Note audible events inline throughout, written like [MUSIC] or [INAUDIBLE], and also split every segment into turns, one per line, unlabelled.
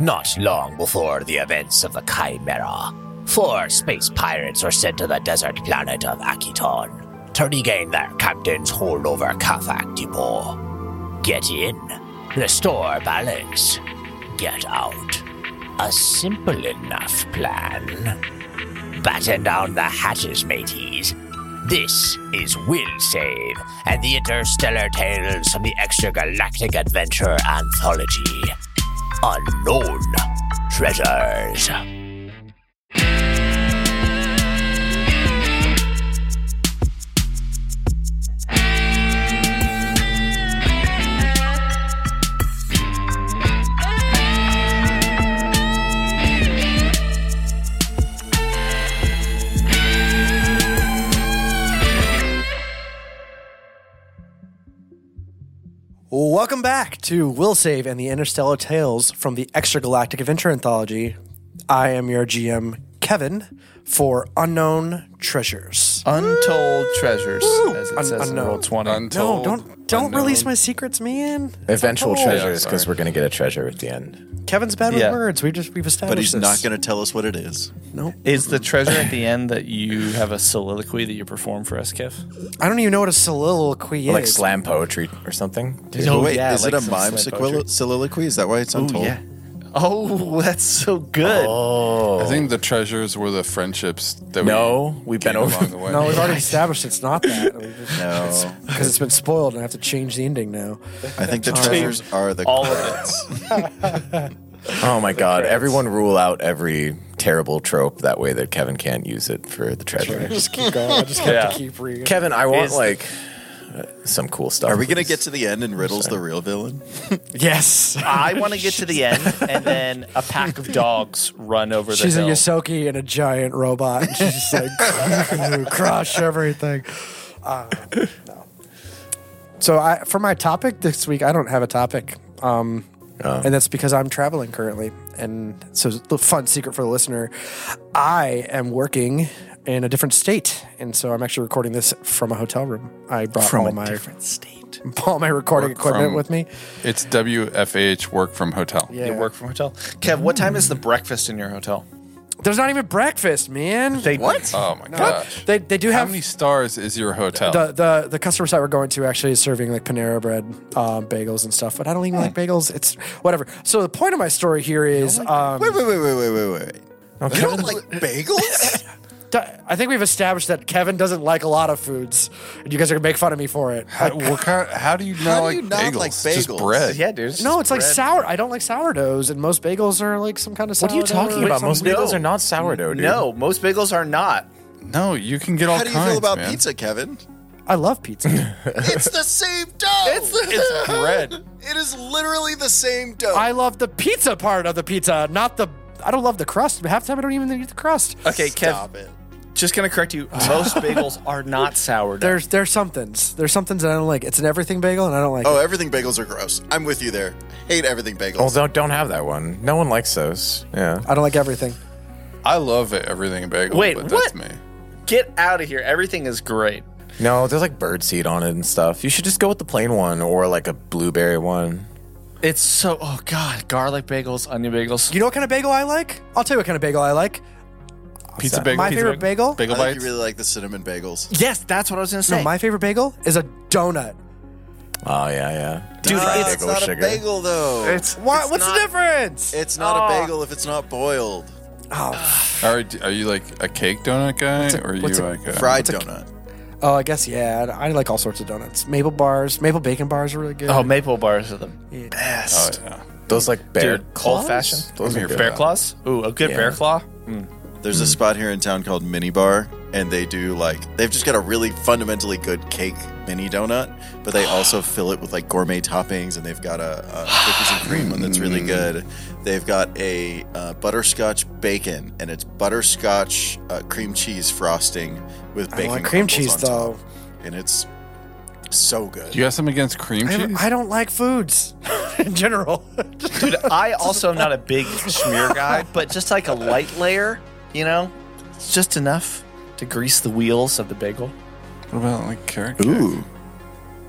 Not long before the events of the Chimera, four space pirates were sent to the desert planet of Akiton to regain their captain's hold over Kafak Depot. Get in, restore balance, get out. A simple enough plan. Batten down the hatches, mateys. This is Will Save and the Interstellar Tales from the Extragalactic Adventure Anthology. Unknown Treasures.
Welcome back to Will Save and the Interstellar Tales from the Extragalactic Adventure Anthology. I am your GM, Kevin, for Unknown Treasures.
Untold treasures, as it
Un-
says in
unknown.
Roll 20.
No,
Untold.
don't don't release my secrets, man.
Eventual
Untold.
treasures, because we're going to get a treasure at the end.
Kevin's bad with
Yeah.
words. We just we've established.
But he's not going to tell us what it is.
No, nope.
Is the treasure at the end that you have a soliloquy that you perform for SKIF?
I don't even know what a soliloquy is.
Like slam poetry or something. too.
Oh,
Wait,
yeah,
is
like
it a
some
mime
slam
sequilo-
poetry.
soliloquy? Is that why it's untold?
Oh, that's so good.
I
Oh.
think the treasures were the friendships that
No, we've been
came
over. [LAUGHS]
[LAUGHS]
along the way.
No, we've already established it's not that. We just-
No,
Because it's been spoiled and I have to change the ending now.
I think the treasures are the
All of
[LAUGHS] credits.
Oh my God. Everyone rule out every terrible trope. That way that Kevin can't use it for the treasure.
Just keep going. I just have
Yeah.
to keep reading.
Kevin, I want
Is-
like uh, some cool stuff.
Are we going to
please.
get to the end and Riddle's the real villain?
yes.
I want to get to
[LAUGHS]
the end, and then a pack of dogs run over the
She's a
hill.
Yosoki and a giant robot. and She's just like [LAUGHS] crush everything. Uh, no. So I, for my topic this week, I don't have a topic, um, and that's because I'm traveling currently. And so, the fun secret for the listener: I am working in a different state, and so I'm actually recording this from a hotel room. I brought all my
state.
[LAUGHS] all my recording equipment
from-
with me.
It's WFH work from hotel.
Yeah.
You work from hotel. Kev, what time is the breakfast in your hotel?
There's not even breakfast, man. They
What?
Oh my gosh.
they, they do
How
have
many stars is your
Oh.
hotel?
the the the customer site we're going to actually is serving like Panera bread, um, bagels and stuff. But I don't even
Hmm.
like bagels. It's whatever. So the point of my story here is, um,
wait, wait, wait, wait, wait, wait, wait. You
[LAUGHS]
don't like [LAUGHS] bagels?
d- I think we've established that Kevin doesn't like a lot of foods, and you guys are gonna make fun of me for it.
how, what kind, how do you not,
How do
like,
you not
bagels?
like
Just
bagels?
bread.
Yeah, dude. it's
No,
just
it's like
bread.
sour. I don't like sourdoughs, and most bagels are like some kind of.
What are you
sourdough
talking
or
about? Most
something.
bagels
No.
are not sourdough, dude.
No, most bagels are not.
No, you can get all
How do
kinds.
you feel about
man.
pizza, Kevin?
I
[LAUGHS]
love pizza.
[LAUGHS] It's the same dough.
It's,
[LAUGHS]
[LAUGHS]
it's bread.
It is literally the same dough.
I love the pizza part of the pizza, not the. I don't love the crust. Half the time, I don't even eat the crust.
Okay, Kev,
Stop it.
just going to correct you.
[LAUGHS]
Most bagels are not sourdough.
There's there's somethings. There's somethings that I don't like. It's an everything bagel, and I don't like.
Oh,
it.
everything bagels are gross. I'm with you there. Hate everything bagels.
Well, don't, don't have that one. No one likes those. Yeah.
I don't like everything.
I love it, everything bagel.
Wait,
but
what?
that's me.
Get out of here. Everything is great.
No, there's like bird seed on it and stuff. You should just go with the plain one or like a blueberry one.
It's so oh god, garlic bagels, onion bagels.
You know what kind of bagel I like? I'll tell you what kind of bagel I like.
Pizza bagel.
my
pizza
favorite bagel.
Bagel
I think you
bites.
really like the cinnamon bagels.
Yes, that's what I was gonna say.
No, my favorite bagel is a donut.
Oh yeah, yeah.
Dude,
fried
it's
it's not a bagel though. It's
Why, what's the difference?
it's not a bagel if it's not boiled.
Are, are you like a cake donut guy, or are you
what's a
like a
Fried donut.
oh, I guess yeah. I I like all sorts of donuts. Maple bars, maple bacon bars are really good.
oh, maple bars are the
Oh,
best.
yeah.
Those like bear
Dude,
claws.
old fashioned.
Those are good.
Bear claws? Ooh, a good bear
Yeah.
[LAUGHS] claw.
There's a
Hmm.
spot here in town called Mini Bar, and they do like they've just got a really fundamentally good cake mini donut, but they
[GASPS]
also fill it with like gourmet toppings, and they've got a, a cookies and cream one that's
Hmm.
really good. They've got a uh, butterscotch bacon, and it's butterscotch uh, cream cheese frosting with
I
bacon.
want cream
crumbles
cheese
on top.
though.
and it's so good.
Do you have something against cream
I
cheese?
don't, I don't like foods [LAUGHS] in general.
Dude, I also am not a big smear guy, but just like a light layer, you know? It's just enough to grease the wheels of the bagel.
what about like carrot cake?
Ooh,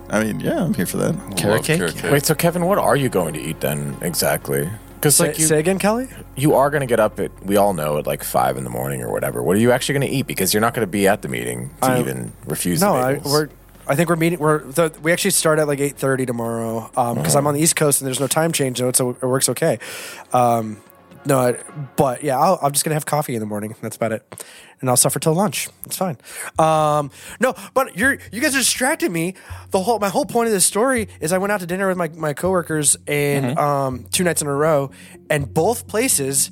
I mean, yeah, I'm here for that.
I
Carrot
love
cake?
Carrot cake.
Wait, so Kevin, what are you going to eat then exactly? Because like
say,
you,
say again, Kelly.
you are going to get up at we all know at like five in the morning or whatever. What are you actually going to eat? Because you're not going to be at the meeting to
I-
even refuse.
No,
the
I,
bagels.
we're. I think we're meeting. We're the, we actually start at like eight thirty tomorrow because I'm on the East Coast and there's no time change, so it's, it works okay. Um, no, I, but yeah, I'll, I'm just gonna have coffee in the morning. That's about it, and I'll suffer till lunch. It's fine. Um, no, but you're you guys are distracting me. The whole my whole point of this story is I went out to dinner with my my coworkers and um, two nights in a row, and both places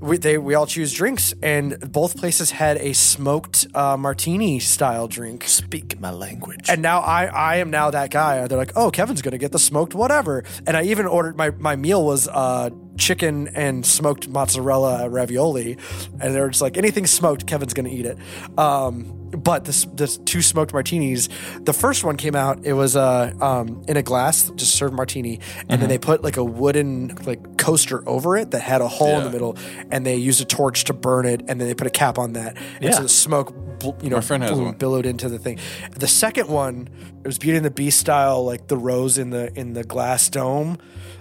we, they we all choose drinks, and both places had a smoked uh, martini style drink.
Speak my language.
And now I, I am now that guy. They're like, oh, Kevin's gonna get the smoked whatever. And I even ordered my my meal was uh, chicken and smoked mozzarella ravioli, and they're just like anything smoked, Kevin's gonna eat it. Um, but this this two smoked martinis. The first one came out. It was uh, um, in a glass, just served martini, and
Mm-hmm.
then they put like a wooden like coaster over it that had a hole in the middle, and they used a torch to burn it, and then they put a cap on that, and so the smoke, bl- you know,
My friend has
blew-
one.
billowed into the thing. The second one, it was Beauty and the Beast style, like the rose in the in the glass dome,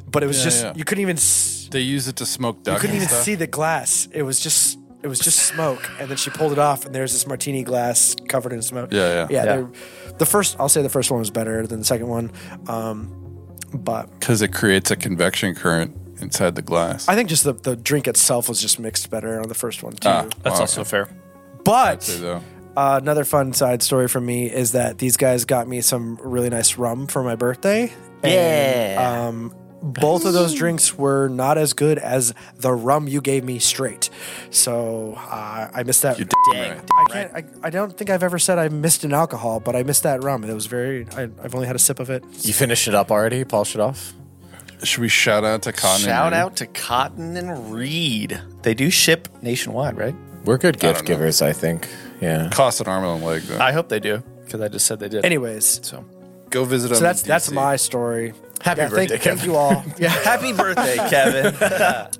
but it was
Yeah,
just
yeah.
you couldn't even s-
They use it to smoke
you
duck
couldn't
and
even
stuff.
see the glass. It was just it was just smoke, and then she pulled it off, and there's this martini glass covered in smoke.
Yeah, yeah.
yeah. they're- The first, I'll say, the first one was better than the second one, um, but
Because it creates a convection current inside the glass.
I think just the the drink itself was just mixed better on the first one too.
Ah, Wow,
That's also
okay.
fair.
but
So, though.
Uh, another fun side story from me is that these guys got me some really nice rum for my birthday.
Yeah.
um, both of those drinks were not as good as the rum you gave me straight. So uh, I missed that.
You did
Dang.
right.
I can't. I, I don't think I've ever said I missed an alcohol, but I missed that rum. It was very. I, I've only had a sip of it.
You finished it up already, polish it off.
Should we shout out to Cotton? and
Shout
Reed?
out to Cotton and Reed. They do ship nationwide, right?
We're good gift
know.
givers, I think. Yeah.
Cost an arm and a leg though.
I hope they do because I just said they did.
Anyways,
so
Go visit them.
so that's
in
that's
DC.
my story.
Happy
Yeah, thank-
birthday,
thank
[LAUGHS]
you all. Yeah,
happy birthday, [LAUGHS] Kevin.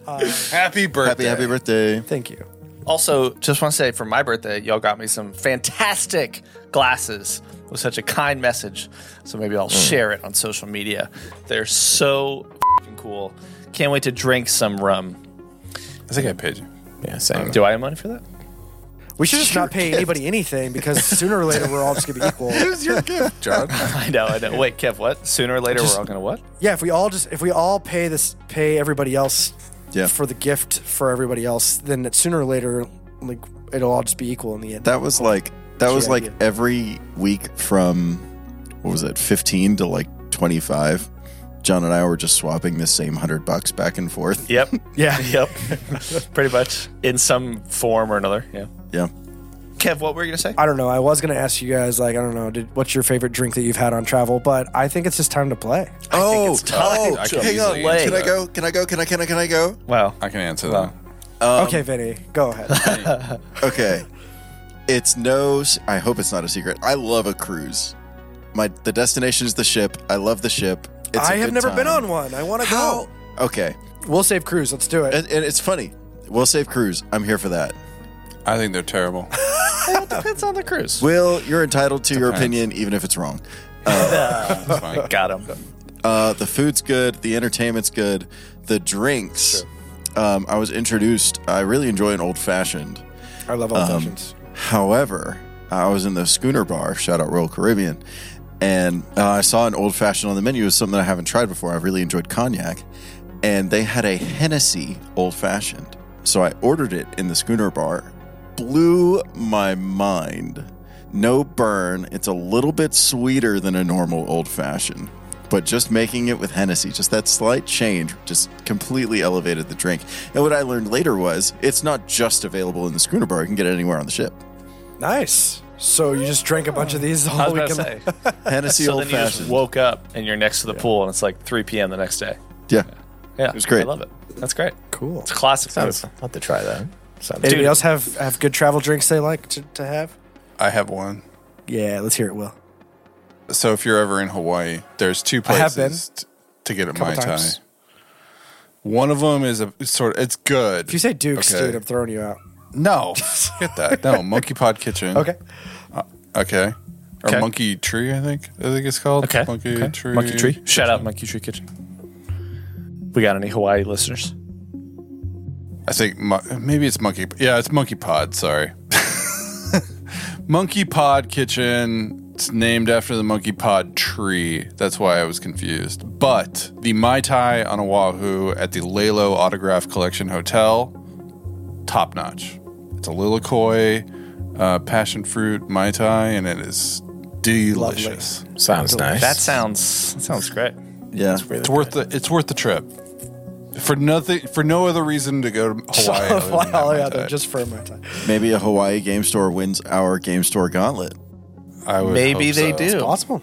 happy
Happy,
birthday.
happy birthday.
thank you.
Also, just want to say for my birthday, y'all got me some fantastic glasses with such a kind message. So maybe I'll share it on social media. They're so fing cool. Can't wait to drink some rum.
I think I paid you.
Yeah, same.
Do I have money for that?
We should just not pay anybody anything because sooner or later we're all just gonna be equal.
[LAUGHS] John.
[LAUGHS] I know, I know. Wait, Kev, what? Sooner or later, we're all going to what?
Yeah, if we all just if we all pay this pay everybody else
Yeah.
for the gift for everybody else, then it- sooner or later like it'll all just be equal in the end.
That was like that was
Good
like
idea.
every week from what was it, fifteen to like twenty five. John and I were just swapping the same hundred bucks back and forth.
Yep. [LAUGHS]
Yeah.
Yep. Pretty much in some form or another. Yeah.
Yeah.
Kev, what were you going to say?
I don't know. I was gonna ask you guys like I don't know, did, what's your favorite drink that you've had on travel? But I think it's just time to play.
oh,
it's time
oh,
I can
hang on.
easily
Can
answer
I
that.
go? Can I go? Can I? Can I? Can I go?
Wow.
I can answer that.
okay, Vinny, go ahead.
Okay. It's no. s- I hope it's not a secret. I love a cruise. My the destination is the ship. I love the ship. It's a
I have
good
never been
time.
on one. I want to
How?
go.
Okay,
We'll save cruise. Let's do it.
and, and it's funny. We'll save cruise. I'm here for that.
I think they're terrible.
Depends on the cruise.
Will, you're entitled to your opinion, even if it's wrong.
[LAUGHS]
It's fine.
Got [LAUGHS] him.
Uh, the food's good. The entertainment's good. The drinks. Um, I was introduced. I really enjoy an old fashioned.
I love old fashions.
However, I was in the schooner bar, shout out Royal Caribbean, and uh, I saw an old fashioned on the menu. It was something I haven't tried before. I really enjoyed cognac, and they had a Hennessy old fashioned. So I ordered it in the schooner bar. Blew my mind. No burn. It's a little bit sweeter than a normal old fashioned. But just making it with Hennessy, just that slight change, just completely elevated the drink. And what I learned later was it's not just available in the schooner bar, you can get it anywhere on the ship.
Nice. So you just drank a bunch of these
I was
all
about
weekend.
to say.
Hennessy
so
old
then you just
fashioned.
woke up and you're next to the pool and it's like 3 p.m. the next day.
yeah.
Yeah,
was great.
I love it. That's great.
Cool.
It's a classic.
Sounds.
move.
I'll have to try that. Sounds
Anybody
Dude.
else have have good travel drinks they like to, to have?
I have one.
Yeah, let's hear it. Will.
So if you're ever in Hawaii, there's two
I have
places t- to get a mai
couple
tai.
times.
One of them is a sort of it's good.
If you say Duke's,
Okay.
dude, I'm throwing you out. [LAUGHS]
no, get that no Monkey Pod Kitchen.
Okay.
okay, or
Okay.
Monkey Tree. I think I think it's called
Okay.
Monkey
okay.
Tree.
Monkey Tree. Shout out Monkey Tree Kitchen. We got any Hawaii listeners?
I think mo- maybe it's monkey. Yeah, it's monkey pod. Sorry, [LAUGHS] monkey pod kitchen. It's named after the monkey pod tree. That's why I was confused. But the mai tai on Oahu at the Lalo Autograph Collection Hotel, top notch. It's a little koi, uh, passion fruit mai tai, and it is delicious.
Sounds nice.
That sounds that sounds great.
Yeah.
really
It's worth the it's worth the trip. For nothing, for no other reason to go to Hawaii. other than that
While
Mai
out there,
Tai.
just for my time.
Maybe a Hawaii game store wins our game store gauntlet.
I would
Maybe
hope
they do.
so.
Possible.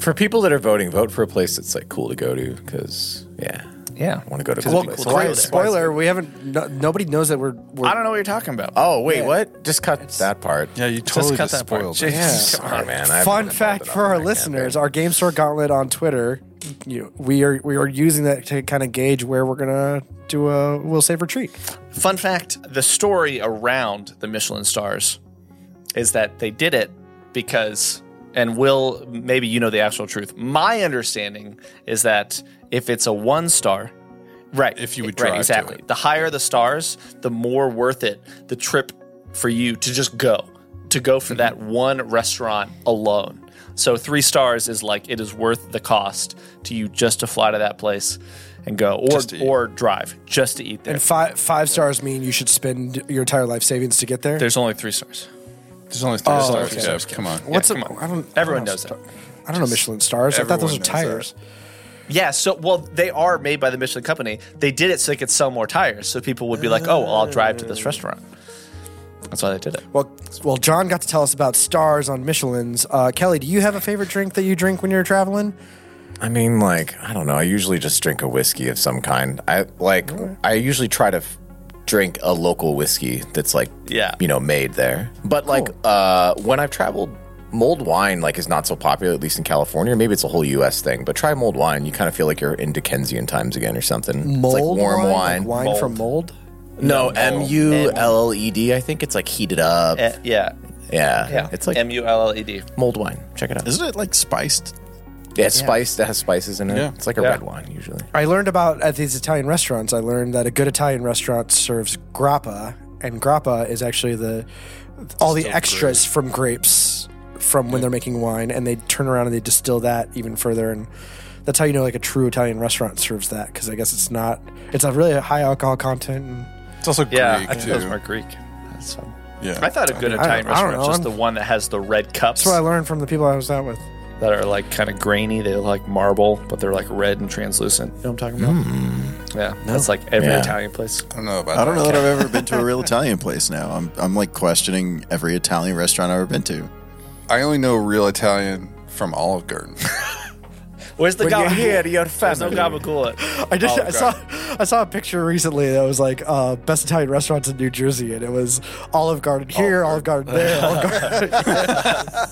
for people that are voting, vote for a place that's like cool to go to because yeah,
Yeah.
I want to go to
Well,
cool places.
cool. Spoiler.
Spoiler: We haven't. No, nobody knows that we're. we're
I don't know what you're talking about.
Oh wait, what? Just cut that part.
Yeah, you totally
cut
just,
that part.
spoiled
Jeez. Yeah.
it.
Come on, man. I haven't
Fun
done
fact
that
for
on
our
my
listeners:
campaign.
our Game Store Gauntlet on Twitter, you, we are we are using that to kind of gauge where we're gonna do a will save retreat.
Fun fact the story around the Michelin stars is that they did it because, and Will, maybe you know the actual truth. My understanding is that if it's a one star, right.
If you would
right,
drive to
exactly.
it.
The higher the stars, the more worth it the trip for you to just go, to go
Mm-hmm.
for that one restaurant alone. So three stars is like it is worth the cost to you just to fly to that place and go, or
to eat.
or drive just to eat there.
And five five stars mean you should spend your entire life savings to get there.
There's only three stars.
There's only three stars.
okay.
Jeff, Come on.
What's
Yeah,
a-
come on.
I don't.
Everyone
I don't know,
knows that.
I don't know Michelin stars. I thought those
Everyone
were
knows
tires.
Yeah, so well, they are made by the Michelin company. They did it so they could sell more tires, so people would be like, "Oh, well, I'll drive to this restaurant." That's why they did it.
Well, well, John got to tell us about stars on Michelin's. Uh, Kelly, do you have a favorite drink that you drink when you're traveling?
I mean, like I don't know. I usually just drink a whiskey of some kind. I like.
Mm.
I usually try to f- drink a local whiskey that's like
Yeah.
you know made there. But like uh, when I've traveled. Mulled wine like is not so popular, at least in California. Maybe it's a whole U.S. thing, but try mulled wine. You kind of feel like you're in Dickensian times again or something.
Mold
it's like warm
wine,
wine.
Like wine from mold.
No, M U L L E D. I think it's like heated up.
Eh, yeah,
yeah.
yeah.
It's like
M U L L E D.
mulled wine. Check it out.
Isn't it like spiced?
Yeah, it's spiced. It has spices in it.
Yeah.
It's like a
Yeah.
red wine usually.
I learned about at these Italian restaurants. I learned that a good Italian restaurant serves grappa, and grappa is actually the all the extras from grapes from when they're making wine, and they turn around and they distill that even further, and that's how you know like a true Italian restaurant serves that because I guess it's not it's a really high alcohol content. And
It's also
Yeah,
Greek
I think
too.
that was more Greek. That's fun.
Yeah.
I thought a good
I
Italian
don't- I don't
restaurant is just
know.
the one that has the red cups
that's what I learned from the people I was out with.
that are like kind of grainy. They look like marble, but they're like red and translucent. You know what I'm talking about? Yeah, that's like every
Yeah.
Italian place.
I don't know about.
I don't know that I've ever been to [LAUGHS] a real Italian place now. I'm, I'm like questioning every Italian restaurant I've ever been to.
I only know real Italian from Olive Garden.
Where's the gabagool?
your
There's no gabagool.
I just
Olive
I saw I saw a picture recently that was like uh, best Italian restaurants in New Jersey, and it was Olive Garden here, Olive Garden there, Olive Garden.
[LAUGHS]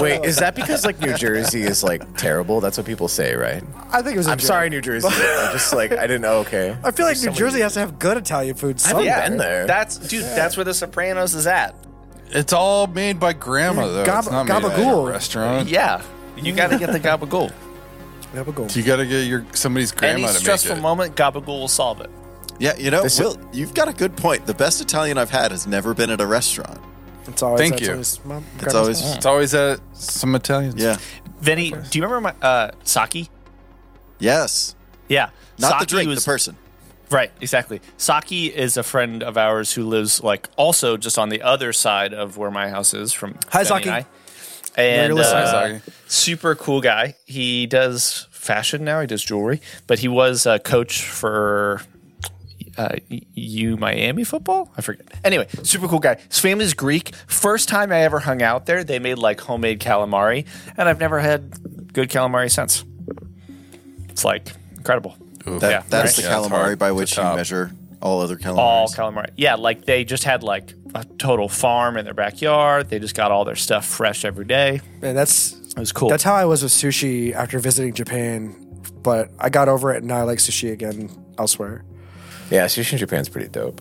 Wait, is that because like New Jersey is like terrible? That's what people say, right?
I think it was. a
I'm
joke.
sorry, New Jersey. I'm just like I didn't know. Okay,
I feel like New Jersey has to have good Italian food
haven't
somewhere.
been there.
That's dude. That's where The Sopranos is at.
[LAUGHS] it's all made by grandma though.
Gab-
it's not made at
gabagool.
a restaurant.
Yeah, you got to get the gabagool.
Have a go.
You got to get your somebody's grandma
Any
to make
stressful
it.
moment, gabagool will solve it.
Yeah, you know,
This is-
Will, you've got a good point. The best Italian I've had has never been at a restaurant.
It's always.
Thank
it's
you.
Always, mom,
It's
grandma's
always,
It's always at some Italians.
yeah.
Vinny, do you remember my uh, Saki?
Yes.
Yeah,
Not
Saki
the drink,
was-
the person.
Right, exactly. Saki is a friend of ours who lives like also just on the other side of where my house is from.
Hi,
Benny
Saki.
And, I. and
You're listening.
uh,
Hi, Saki.
super cool guy. He does fashion now. He does jewelry, but he was a coach for uh, U Miami football. I forget. Anyway, super cool guy. His family's Greek. First time I ever hung out there, they made like homemade calamari, and I've never had good calamari since. It's like incredible.
That,
Yeah,
that
right.
is the
Yeah, that's
calamari
hard
by
to
which you
top.
measure all other calamaris.
all calamari. Yeah, like they just had like a total farm in their backyard. They just got all their stuff fresh every day.
Man, that's
It was cool.
that's how I was with sushi after visiting Japan, but I got over it and now I like sushi again elsewhere.
yeah, sushi in Japan's pretty dope.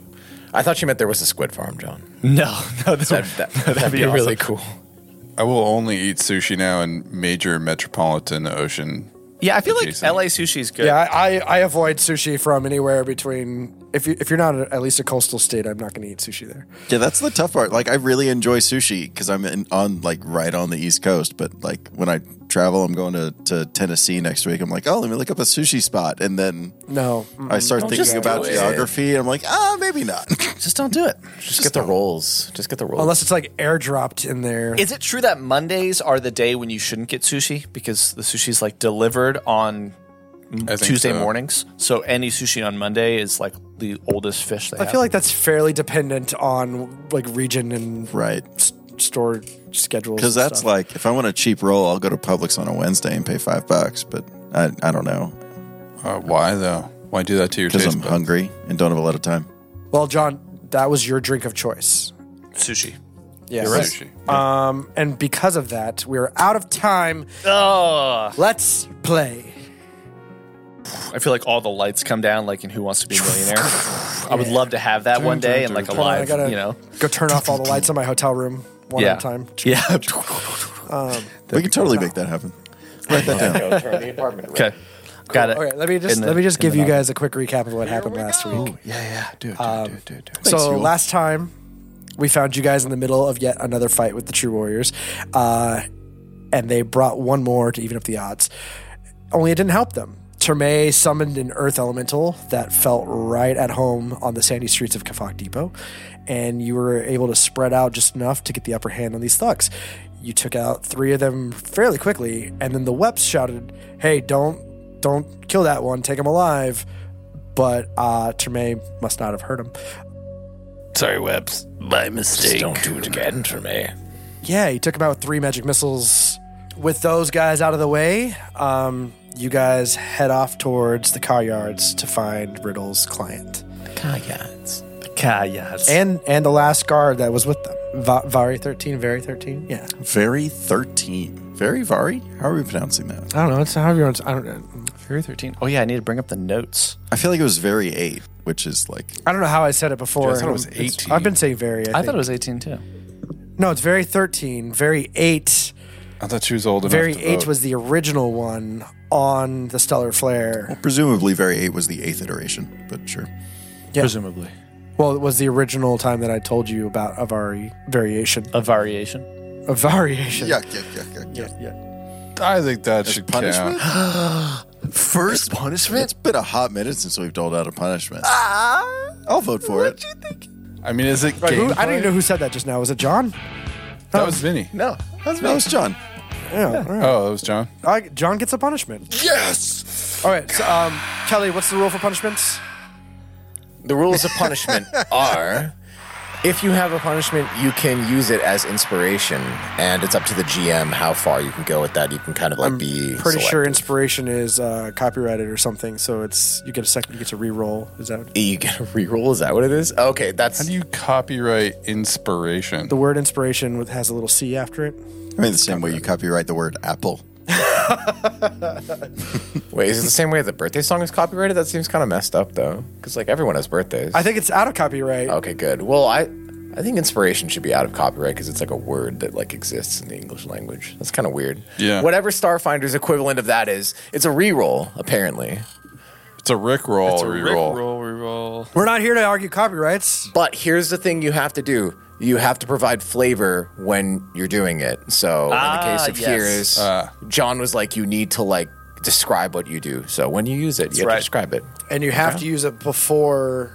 I thought you meant there was a squid farm, John.
no, [LAUGHS] no, that,
That, [LAUGHS] that, that'd be, really cool.
I will only eat sushi now in major metropolitan ocean
Yeah, I feel like
Adjacent.
LA sushi is good.
Yeah, I, I, I avoid sushi from anywhere between. If you if you're not at least a coastal state, I'm not going to eat sushi there.
Yeah, that's the tough part. Like, I really enjoy sushi because I'm in, on like right on the East Coast. But like when I travel, I'm going to, to Tennessee next week. I'm like, oh, let me look up a sushi spot, and then
No,
I start
just
thinking about
do it.
geography, and I'm like, ah, maybe not. [LAUGHS]
Just don't do it.
Just, get the rolls. Just get the rolls.
unless it's like airdropped in there.
Is it true that Mondays are the day when you shouldn't get sushi because the sushi's like delivered on
I think uh,
Tuesday
so.
mornings? So any sushi on Monday is like the oldest fish they
I feel like that's fairly dependent on like region and
right.
s- store schedules.
Because
and
that's
stuff.
like, if I want a cheap roll, I'll go to Publix on a Wednesday and pay five bucks. But I, I don't know
Uh, why though? Why do that to your
because
taste
I'm
buds?
hungry and don't have a lot of time.
well, John, that was your drink of choice.
sushi.
Yes.
Sushi.
Um, and because of that, we're out of time.
Oh,
Let's play.
I feel like all the lights come down, like in Who Wants to Be a Millionaire. I would love to have that one day and like a
Hold on,
live,
I gotta
you know,
go turn off all the
[LAUGHS]
lights in my hotel room one
yeah,
at a time.
[LAUGHS] Yeah.
we can totally make that happen. Write that down.
turn the apartment.
okay. Got it.
Okay, let me just
In the-
let me just
in the
give you
novel.
guys a quick recap of what happened last week.
Yeah, yeah. Do it. Do it. Do it. Do it. Do it.
so last time we found you guys in the middle of yet another fight with the True Warriors, uh, and they brought one more to even up the odds. Only it didn't help them. Terme summoned an Earth Elemental that felt right at home on the sandy streets of Kafak Depot, and you were able to spread out just enough to get the upper hand on these thugs. You took out three of them fairly quickly, and then the Weps shouted, "Hey, don't, don't kill that one. Take him alive." But uh, Terme must not have heard him.
Sorry, Webs. My mistake. don't do it again for me.
yeah, he took him out with three magic missiles. With those guys out of the way, um, you guys head off towards the car yards to find Riddle's client
Kayas.
and and the last guard that was with them, Va- Vari thirteen, Vari thirteen. Yeah,
Very 13. Very Vari? How are we pronouncing that?
I don't know. It's however you want. to- I don't.
Fury 13. Oh, yeah, I need to bring up the notes.
I feel like it was very 8, which is like
I don't know how I said it before.
Yeah, I thought it was
It's-
18.
I've been saying Vari. I,
I thought it was 18 too.
no. It's Vari thirteen, Vari eight.
I thought she was old enough.
Vari
to
eight
vote.
was the original one on the Stellar Flare.
presumably very 8 was the 8th iteration, but sure.
Presumably.
Well, it was the original time that I told you about a Vari variation.
A variation.
A variation.
Yuck, yuck, yuck, yuck. yuck.
I think that should
Punishment?
count.
First punishment? It's been a hot minute since we've doled out a punishment. I'll vote for it.
I mean, is it?
Who-
game
I don't
play?
even know who said that just now. Was it John?
That was Vinny.
No.
That's no, it's John.
Yeah. all right.
Oh, that was John.
All right, John gets a punishment.
Yes!
All right. So, um, Kelly, what's the rule for punishments?
The rules of [LAUGHS] punishment are if you have a punishment, you can use it as inspiration, and it's up to the GM how far you can go with that. You can kind of like be
Pretty sure
selective.
inspiration is uh, copyrighted or something, so it's you get a second, you get to re-roll. Is that
You get a reroll. Is that what it is? Okay, that's
How do you copyright inspiration?
the word inspiration with has a little C after it?
I mean, the same way you copyright the word apple.
wait. Is it the same way the birthday song is copyrighted? That seems kind of messed up though, because like everyone has birthdays.
I think it's out of copyright.
Okay, good. Well, I I think inspiration should be out of copyright because it's like a word that like exists in the English language. That's kind of weird.
Yeah.
Whatever Starfinder's equivalent of that is, it's a reroll apparently.
It's a Rick roll. re-roll.
Roll, reroll.
We're not here to argue copyrights.
But here's the thing you have to do. You have to provide flavor when you're doing it. So in the
Ah,
case of
yes.
here is John was like, you need to like describe what you do. So when you use it, you have
right.
to describe it.
And you have to use it before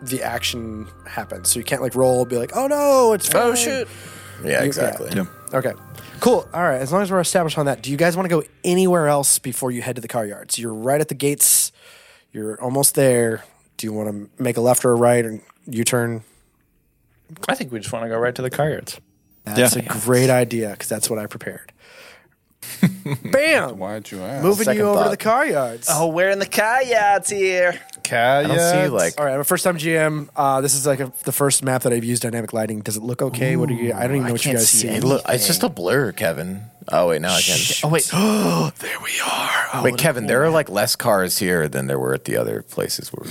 the action happens. So you can't like roll, be like, oh no, it's fine.
Oh, shoot.
Yeah,
You-
exactly.
yeah. Okay. Cool. All right. As long as we're established on that, do you guys want to go anywhere else before you head to the car yards? You're right at the gates. You're almost there. Do you want to make a left or a right and U turn?
I think we just want to go right to the car yards.
That's a great idea because that's what I prepared. [LAUGHS] Bam!
Why'd you ask?
Moving
Second
you over to
thought.
the car yards.
Oh, we're in the car yards here.
Caveats.
I don't see like
All right, I'm a first time GM. Uh, this is like a, the first map that I've used dynamic lighting. Does it look okay? what do you? I don't even know what you
can't
guys
see
see.
it look, it's just a blur, Kevin. Oh wait, now I can.
Oh,
[GASPS]
wait.
Wait, Kevin, there are like less cars here than there were at the other places where we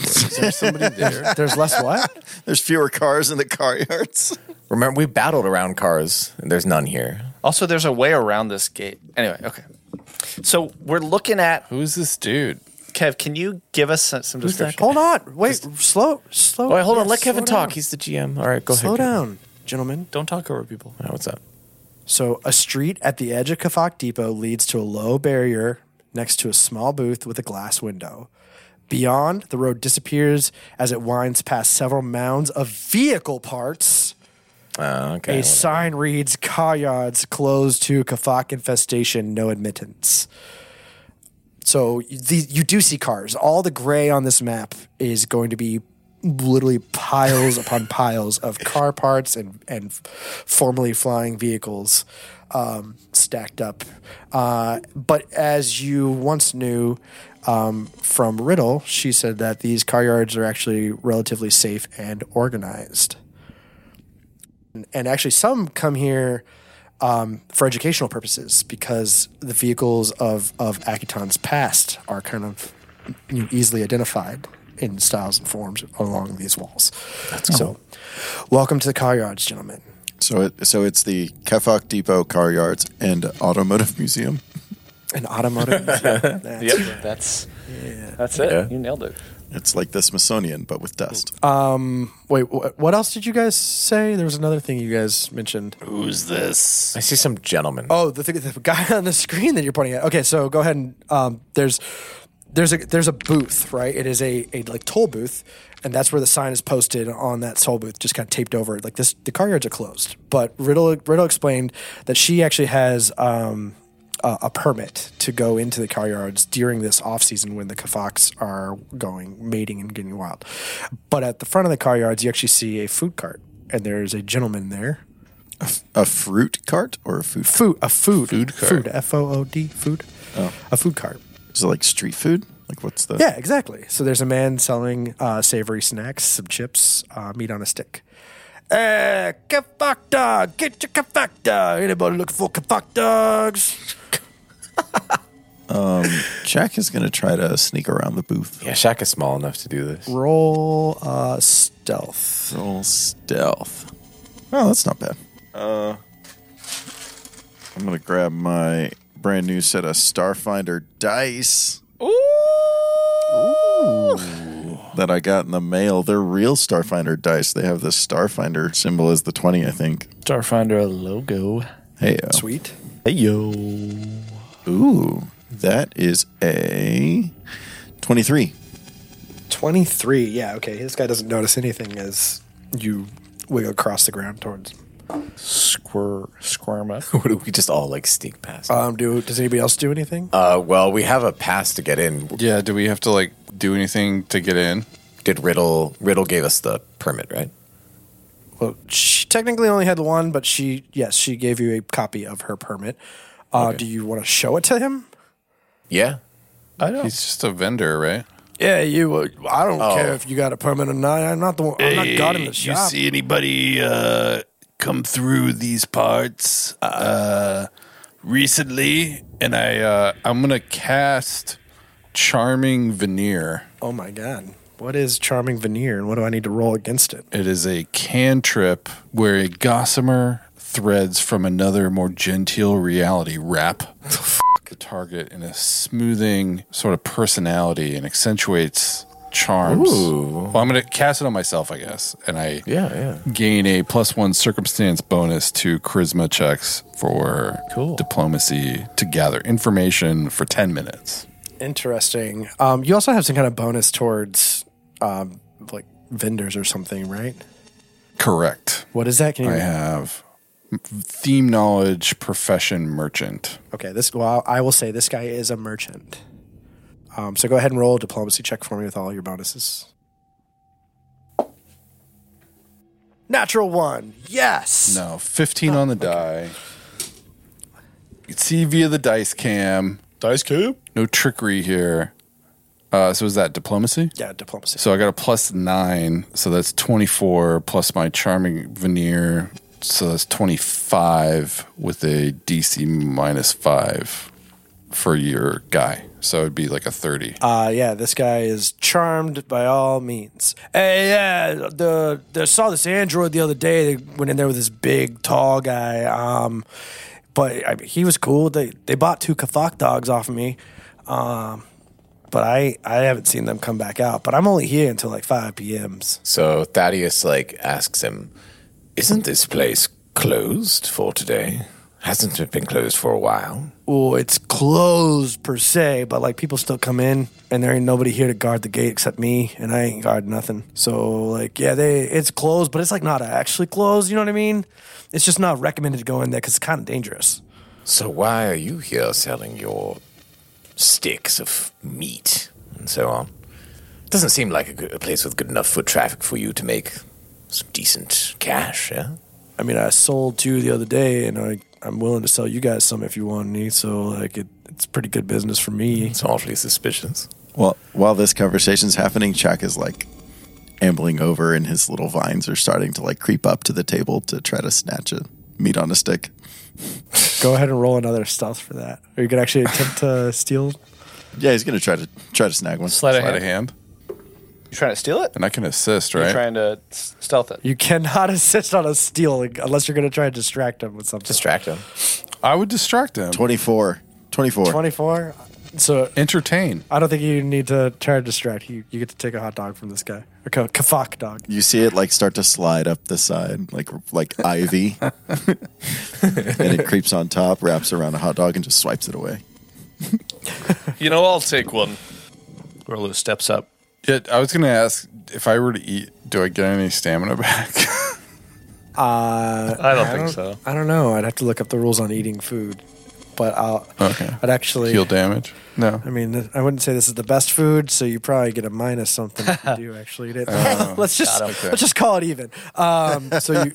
were.
[LAUGHS] There's less what?
[LAUGHS]
There's fewer cars in the car yards.
Remember, we battled around cars, and there's none here.
Also, there's a way around this gate. Anyway, okay. So we're looking at
Who's this dude?
Kev. Can you give us some, some description?
Hold on. Wait. Slow. Slow.
All right, Oh, hold on.
yeah,
Let Kevin
slow
talk.
down.
He's the GM. All right, go
slow
ahead. Kevin.
down, gentlemen.
Don't talk over people.
Now, what's up?
So, a street at the edge of Kafak Depot leads to a low barrier next to a small booth with a glass window. Beyond, the road disappears as it winds past several mounds of vehicle parts.
Uh,
A
okay.
sign reads Car yards closed to Kafak infestation, no admittance. So, the, you do see cars. All the gray on this map is going to be literally piles [LAUGHS] upon piles of car parts and, and formerly flying vehicles um, stacked up. Uh, but as you once knew um, from Riddle, she said that these car yards are actually relatively safe and organized. And, and actually, some come here um, for educational purposes because the vehicles of, of Akiton's past are kind of you know, easily identified in styles and forms along these walls. so, welcome to the car yards, gentlemen.
So it so it's the Kefok Depot Car Yards and Automotive Museum.
An automotive. That's-
Yep. That's that's it. You nailed it.
It's like the Smithsonian, but with dust.
Wait, wh- what else did you guys say? There was another thing you guys mentioned.
Who's this?
I see some gentlemen.
Oh, the, thing, the guy [LAUGHS] on the screen that you're pointing at. Okay, so go ahead and um, there's there's a there's a booth, right? It is a, a like toll booth, and that's where the sign is posted on that toll booth, just kind of taped over. it. Like this, the car yards are closed. But Riddle Riddle explained that she actually has. Um, a a permit to go into the car yards during this off season when the kafox are going mating and getting wild. But at the front of the car yards, you actually see a food cart, and there's a gentleman there
a fruit cart or a food?
food a food
Food cart. Oh.
food F O O D food a food cart.
Is it like street food? Like what's the?
Yeah, exactly. So there's a man selling uh, savory snacks, some chips, uh, meat on a stick. Eh, kafak dog, get your kafak dog. Anybody looking for kafak dogs?
Jack is gonna try to sneak around the booth.
yeah, Shaq is small enough to do this.
Roll uh, stealth.
Roll stealth. Oh, that's not bad. Uh, I'm gonna grab my brand new set of Starfinder dice. Ooh. That I got in the mail. They're real Starfinder dice. They have the Starfinder symbol as the 20, I think.
Starfinder logo.
Hey,
Sweet.
Hey, yo.
ooh, that is a 23.
Twenty three. Yeah. Okay. This guy doesn't notice anything as you wiggle across the ground towards. Him.
Squir squirm up.
[LAUGHS] What do we just all like sneak past?
Um. Do does anybody else do anything?
Uh, well, we have a pass to get in.
Yeah, do we have to like do anything to get in?
Did Riddle? Riddle gave us the permit, right?
Well, she technically only had one, but she yes, she gave you a copy of her permit. Uh, Do you want to show it to him?
Yeah.
I know.
He's just a vendor, right?
Yeah, you. Uh, I don't care if you got a permit or not. I'm not the one. I'm not God in the shop.
anybody uh, come through these parts uh, recently? And I, uh, I'm gonna cast charming veneer.
Oh my God, what is charming veneer, and what do I need to roll against it?
It is a cantrip where a gossamer threads from another more genteel reality wrap the target in a smoothing sort of personality and accentuates charms. Well, I'm going to cast it on myself, I guess, and I
yeah, yeah.
gain a plus one circumstance bonus to charisma checks for diplomacy to gather information for 10 minutes.
Interesting. Um, you also have some kind of bonus towards um, like vendors or something, right?
Correct.
What is that? Can you?
I have theme knowledge, profession, merchant.
Okay, this. Well, I will say this guy is a merchant. Um, so go ahead and roll a diplomacy check for me with all your bonuses. Natural one, yes.
No, 15 on the
Oh,
die. You can see via the dice cam.
Dice cube.
No trickery here. Uh, so is that diplomacy?
Yeah, diplomacy.
So I got a plus nine. So that's 24 plus my charming veneer. So that's 25 with a DC minus five for your guy. So it'd be like a 30.
Uh, yeah, this guy is charmed by all means. Hey, yeah, the, the saw this android the other day. They went in there with this big, tall guy. Um, But I, he was cool. They they bought two kafak dogs off of me, um, but I I haven't seen them come back out. But I'm only here until like five p.m.s.
So Thaddeus like asks him, "Isn't this place closed for today? Hasn't it been closed for a while?"
Well, it's closed per se, but like people still come in, and there ain't nobody here to guard the gate except me, and I ain't guard nothing. So like, yeah, they it's closed, but it's like not actually closed. You know what I mean? It's just not recommended to go in there because it's kind of dangerous.
So why are you here selling your sticks of meat and so on? Doesn't seem like a, good, a place with good enough foot traffic for you to make some decent cash, yeah?
I mean, I sold two the other day, and I I'm willing to sell you guys some if you want any. So like, it, it's pretty good business for me.
It's awfully suspicious.
Well, while this conversation's happening, Chuck is like ambling over, and his little vines are starting to like creep up to the table to try to snatch a meat on a stick.
Go ahead and roll another stealth for that, or you could actually attempt to [LAUGHS] steal.
Yeah, he's gonna try to try to snag one.
Sleight of
Sleight
hand.
of hand.
You trying to steal it?
And I can assist, right?
You're trying to s- stealth it.
You cannot [LAUGHS] assist on a steal unless you're going to try and distract him with something.
Distract him.
I would distract him.
24. 24.
24. So
Entertain.
I don't think you need to try to distract. You, you get to take a hot dog from this guy. Okay, kafak dog.
You see it like start to slide up the side, like like [LAUGHS] ivy, and it creeps on top, wraps around a hot dog, and just swipes it away.
You know, I'll take one. Orlu steps up.
Yeah, I was going to ask if I were to eat, do I get any stamina back? [LAUGHS]
Uh,
I don't think so.
I don't know. I'd have to look up the rules on eating food, but I'll.
Okay.
I'd actually.
Heal damage? No.
I mean, th- I wouldn't say this is the best food, so you probably get a minus something if you
[LAUGHS]
do actually eat it.
Oh,
[LAUGHS] let's just let's just call it even. Um, so
[LAUGHS]
you,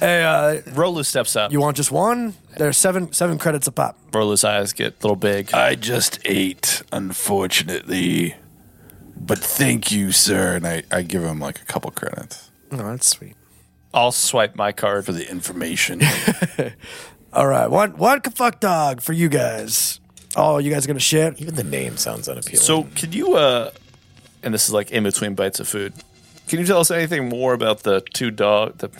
hey, uh,
Rolu steps up.
you want just one? There's seven seven credits a pop.
Rolu's eyes get a little big.
I just ate, unfortunately. But thank you, sir. And I, I give him like a couple credits
No, Oh, that's sweet.
I'll swipe my card.
for the information. [LAUGHS]
All right, one one fuck dog for you guys. Oh, you guys are gonna shit?
Even the name sounds unappealing.
So, could you, uh, and this is like in between bites of food, can you tell us anything more about the two dog, the,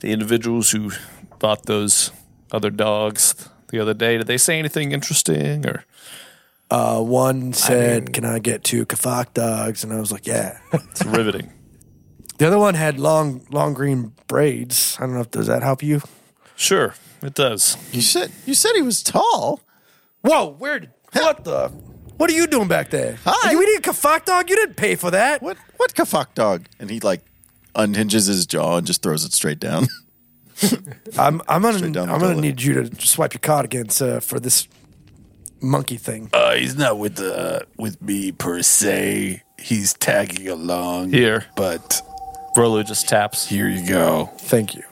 the individuals who bought those other dogs the other day? Did they say anything interesting or?
Uh, one said, "Can I get two kafak dogs?" And I was like, [LAUGHS] "Yeah."
It's riveting.
the other one had long long green braids. I don't know if does that help you.
Sure, it does.
You said you said he was tall.
Whoa, where? did- What the? What are you doing back there?
Hi.
Are you eating kafak dog? You didn't pay for that.
What what kafuck dog? And he like unhinges his jaw and just throws it straight down.
I'm I'm gonna I'm
down the
gonna
toilet.
need you to swipe your card again, sir, for this monkey thing.
Uh, he's not with uh, with me per se. He's tagging along
Here.
but
Rolu just taps.
here you go.
Thank you.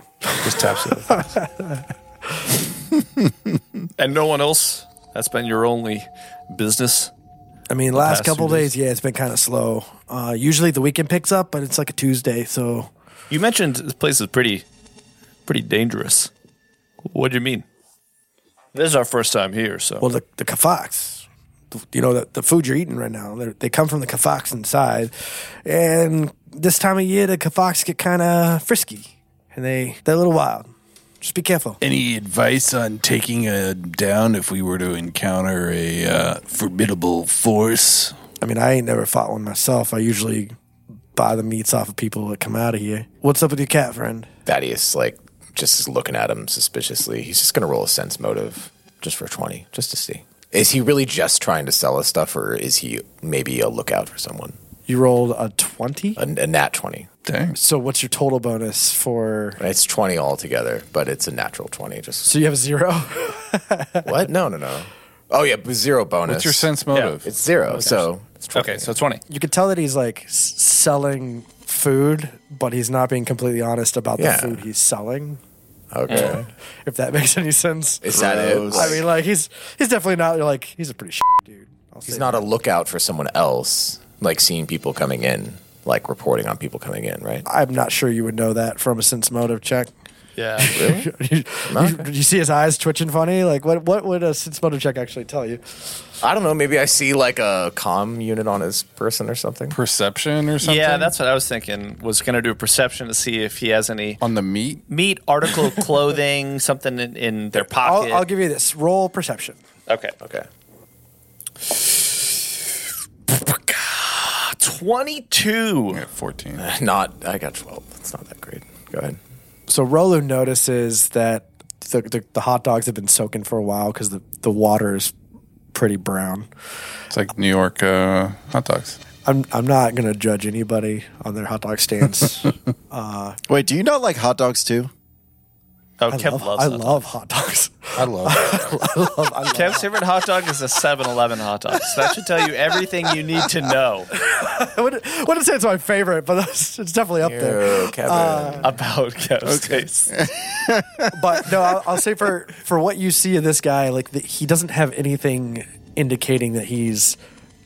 Just taps it.
[LAUGHS] And no one else? That's been your only business?
I mean, last
past
couple
two
days,
days.
yeah, it's been kind of slow. Uh, usually the weekend picks up, but it's like a Tuesday, so
You mentioned this place is pretty pretty dangerous. What do you mean? This is our first time here, so
Well, the the kafaks, you know, the, the food you're eating right now, they're- they come from the kafaks inside, and this time of year the kafaks get kind of frisky, and they they're a little wild. Just be careful.
Any advice on taking a down if we were to encounter a uh, formidable force?
I mean, I ain't never fought one myself. I usually buy the meats off of people that come out of here. What's up with your cat friend?
Thaddeus like just is looking at him suspiciously. He's just gonna roll a sense motive just for twenty, just to see. Is he really just trying to sell us stuff, or is he maybe a lookout for someone?
You rolled a twenty.
A, a nat twenty.
Dang.
So what's your total bonus for?
It's twenty altogether, but it's a natural twenty.
[LAUGHS]
Just
So you have zero.
what? No, no, no. Oh yeah, but zero bonus.
What's your sense motive?
It's zero. so it's 20.
okay, so 20.
you could tell that he's like s- selling food, but he's not being completely honest about
Yeah.
the food he's selling.
okay.
if that [LAUGHS] makes any sense.
Is that it?
Gross.
I
Like,
mean, like he's he's definitely not like he's a pretty shit dude. I'll
he's
say
not a lookout for someone else, like seeing people coming in, like reporting on people coming in, right?
that. I'm not sure you would know that from a sense motive check.
[LAUGHS] Yeah.
[LAUGHS] you, you see his eyes twitching funny? Like, what, what would a smoker check actually tell you?
I don't know. Maybe I see like a comm unit on his person or something.
Perception or something?
Yeah, that's what I was thinking. Was going to do a perception to see if he has any
on the meat.
meat, article, [LAUGHS] of clothing, something in, in their pocket.
I'll, I'll give you this roll perception.
okay.
Okay.
22.
Yeah, fourteen.
Not. I got twelve. It's not that great. Go ahead.
So Rolo notices that the, the, the hot dogs have been soaking for a while because the, the water is pretty brown.
It's like New York uh, hot dogs.
I'm, I'm not going to judge anybody on their hot dog stands.
[LAUGHS] Wait, do you not like hot dogs too?
Oh,
I,
Kev
love,
loves
I
hot
love hot dogs.
I love it.
dogs. Kev's favorite hot dog is a 7 Eleven hot dog. So that should tell you everything you need to [LAUGHS] know
[LAUGHS] I wouldn't, wouldn't say it's my favorite, but it's, it's definitely up there.
Kevin.
about Kev's taste.
But no, I'll, I'll say for for what you see of this guy, like the, he doesn't have anything indicating that he's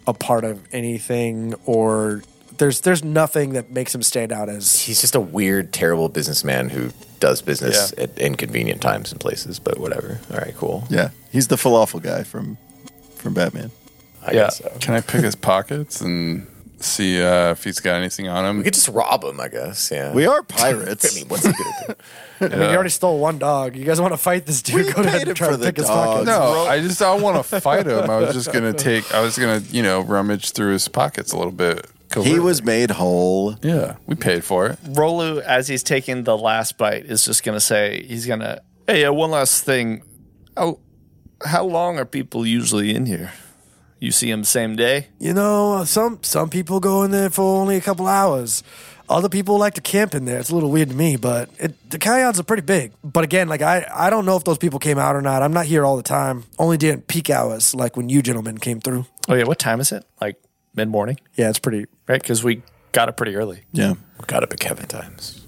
a part of anything, or there's there's nothing that makes him stand out as
He's just a weird, terrible businessman who does business
Yeah.
at inconvenient times and places. But whatever. All right. Cool.
Yeah, he's the falafel guy from from Batman.
I
Yeah.
guess so.
Can I pick his pockets and see uh, if he's got anything on him?
We could just rob him. I guess. Yeah.
We are pirates.
[LAUGHS] I mean, what's he gonna do?
I mean, you already stole one dog. You guys want to fight this dude?
We
Go
paid
ahead
him
and try
for
to
the
pick his pockets.
dog.
No, I just I want to fight him. I was just gonna take. I was gonna you know rummage through his pockets a little bit.
He
covertly.
was made whole.
Yeah, we paid for it.
Rolu, as he's taking the last bite, is just going to say, he's going to, hey, uh, one last thing. How, how long are people usually in here? You see him same day?
You know, some some people go in there for only a couple hours. Other people like to camp in there. It's a little weird to me, but it, the coyotes are pretty big. But again, like I, I don't know if those people came out or not. I'm not here all the time. Only during peak hours, like when you gentlemen came through.
Oh, yeah. What time is it? Like mid morning,
Yeah, it's pretty.
right? Because we got it pretty early.
Yeah.
Got up at Kevin times.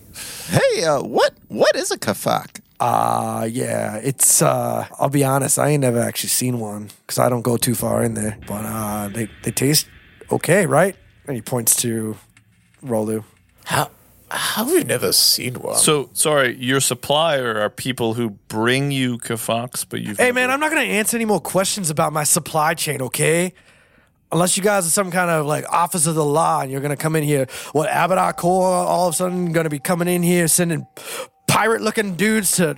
Hey, uh, what what is a kafak?
Uh, yeah, it's. uh I'll be honest, I ain't never actually seen one because I don't go too far in there. But uh they they taste okay, right? And he points to Rolu.
How? How have you never seen one?
So sorry, your supplier are people who bring you kafox, but you've
Hey, man, I'm not going to answer any more questions about my supply chain, okay? Unless you guys are some kind of like office of the law and you're going to come in here. What, Abaddon Corps all of a sudden going to be coming in here sending pirate looking dudes to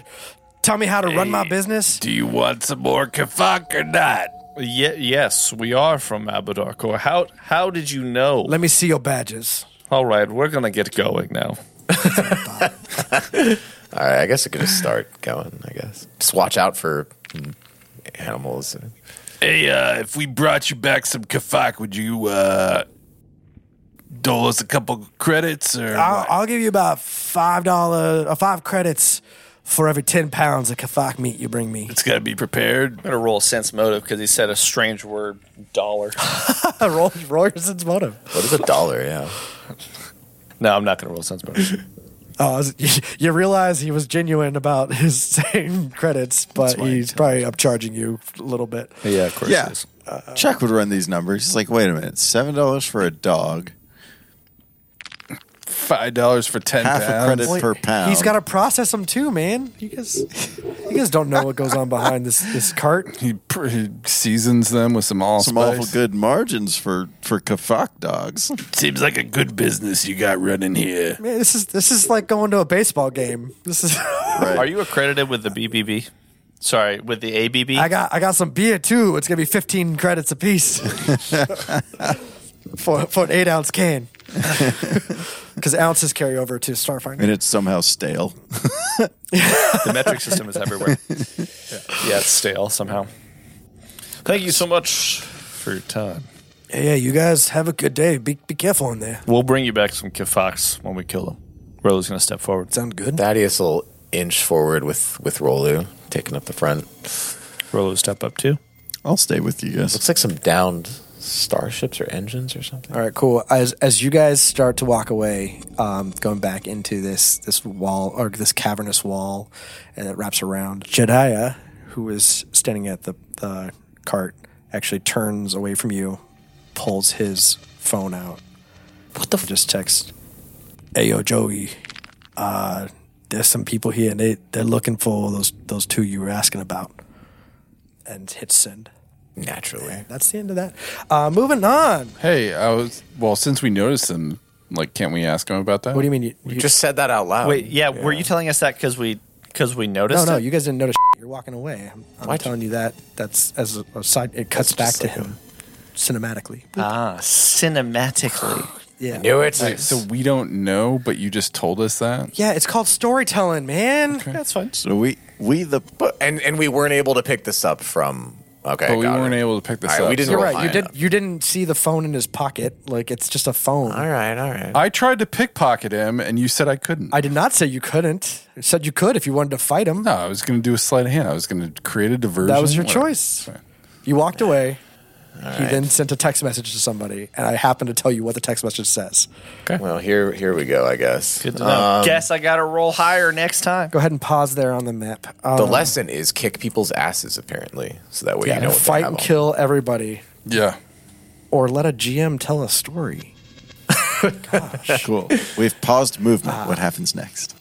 tell me how to run my business?
Do you want some more kafak or not?
Ye- yes, we are from Abadarkor. How how did you know?
Let me see your badges.
All right, we're gonna get going now.
All right, I guess I could just start going. I guess just watch out for mm, animals.
Hey, uh, if we brought you back some kafak, would you uh, dole us a couple credits or?
I'll, I'll give you about $5, or five credits for every 10 pounds of kafak meat you bring me.
it's gotta be prepared.
I'm gonna roll a sense motive because he said a strange word
[LAUGHS]
dollar.
Roll, roll your sense motive.
What is a dollar? Yeah.
no, I'm not gonna roll sense motive.
Oh, I was- [LAUGHS] you- you realize he was genuine about his [LAUGHS] same credits, but he's probably upcharging you a little bit.
yeah, of course.
Yeah. Uh, Chuck would run these numbers. He's like, wait a minute, seven dollars for a dog,
Five dollars for ten
half a
pounds.
credit per pound.
He's got to process them too, man. You guys, you guys don't know what goes on behind this this cart.
He, pr- he seasons them with some allspice.
some awful good margins for for kafak dogs.
Seems like a good business you got running here.
Man, this is this is like going to a baseball game. This is. [LAUGHS]
Are you accredited with the BBB? Sorry, with the ABB?
I got I got some beer too. It's gonna be fifteen credits
[LAUGHS]
apiece for for an eight ounce can. [LAUGHS] Because ounces carry over to Starfinder.
And it's somehow stale.
the metric system is everywhere. [LAUGHS] yeah. it's stale somehow. Thank you so much for your time.
Yeah, you guys have a good day. Be be careful in there.
We'll bring you back some Kifox when we kill him. Rolo's gonna step forward.
Sound good?
Thaddeus will inch forward with with Rolu taking up the front.
Rolo step up too.
I'll stay with you guys.
Looks like some downed starships or engines or something.
All right, cool. As as you guys start to walk away, um, going back into this this wall or this cavernous wall, and it wraps around. Jediah, who is standing at the the cart, actually turns away from you, pulls his phone out. What the? Just text. Ayo, Joey. Uh, there's some people here and they, they're looking for those those two you were asking about. And hit send.
Naturally.
That's the end of that. Uh, moving on.
Hey, I was well. Since we noticed him, like, can't we ask him about that?
What do you mean? You, you-
You just said that out loud.
Wait, yeah, were you telling us that because we because we
no,
noticed?
no,
it?
you guys didn't notice. You're walking away. I'm, I'm telling you that. That's as a, a side. It cuts back to him cinematically.
ah cinematically.
[SIGHS] yeah.
Knew it.
All right, so we don't know, but you just told us that.
Yeah, it's called storytelling, man.
That's fine.
So we we the
and and we weren't able to pick this up from. Okay,
But we
got
weren't
it.
able to pick this
All right,
up.
we didn't
so-
You're
We'll
right. You
find
did.
out.
You didn't see the phone in his pocket. Like it's just a phone.
All right, all right.
I tried to pickpocket him, and you said I couldn't.
I did not say you couldn't. I said you could if you wanted to fight him.
no, I was going to do a sleight of hand. I was going to create a diversion.
that was your
Whatever.
choice. You walked away. He then sent a text message to somebody, and I happened to tell you what the text message says.
well, here here we go. I guess Um,
Good to know. Guess I got to roll higher next time.
Go ahead and pause there on the map.
the
Um,
lesson is kick people's asses apparently, so that way
yeah,
you know what
fight
they have
and
on.
kill everybody,
Yeah.
or let a GM tell a story.
cool. We've paused movement. What happens next?